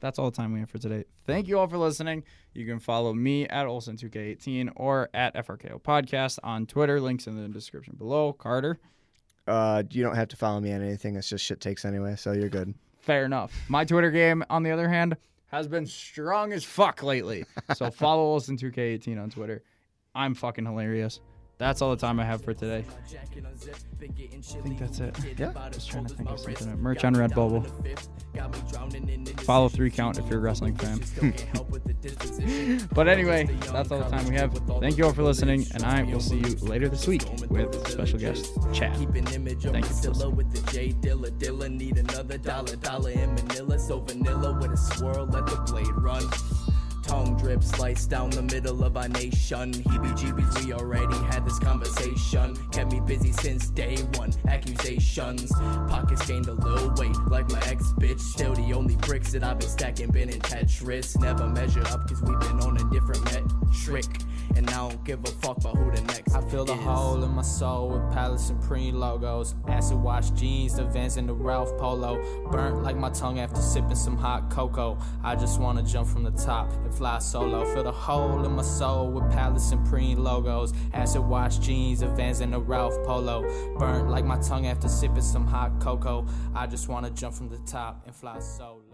that's all the time we have for today. Thank you all for listening. You can follow me at Olson2K18 or at FRKO Podcast on Twitter. Links in the description below. Carter,
Uh, you don't have to follow me on anything. It's just shit takes anyway, so you're good.
fair enough. My Twitter game, on the other hand, has been strong as fuck lately. So follow Olson2K18 on Twitter. I'm fucking hilarious. That's all the time I have for today.
I think that's it.
Yeah.
Just trying to think of something. Merch on Redbubble. Follow Three Count if you're a wrestling fan.
But anyway, that's all the time we have. Thank you all for listening, and I will see you later this week with special guest Chad.
Keep an image of
Thank you.
Priscilla with the J Dilla. Dilla need another dollar. Dollar in Manila, so vanilla with a swirl. Let the blade run. Tongue drip, slice down the middle of our nation. Heebie jeebies, we already had this conversation. Kept me busy since day one. Accusations. Pockets gained a little weight, like my ex bitch. Still the only bricks that I've been stacking been in Tetris. Never measured up, cause we've been on a different metric. And I don't give a fuck about who the next
I feel the
is.
hole in my soul with Palace Supreme logos. Acid wash jeans, the Vans, and the Ralph Polo. Burnt like my tongue after sipping some hot cocoa. I just wanna jump from the top and fly solo. Feel the hole in my soul with Palace Supreme logos. Acid wash jeans, the Vans, and the Ralph Polo. Burnt like my tongue after sipping some hot cocoa. I just wanna jump from the top and fly solo.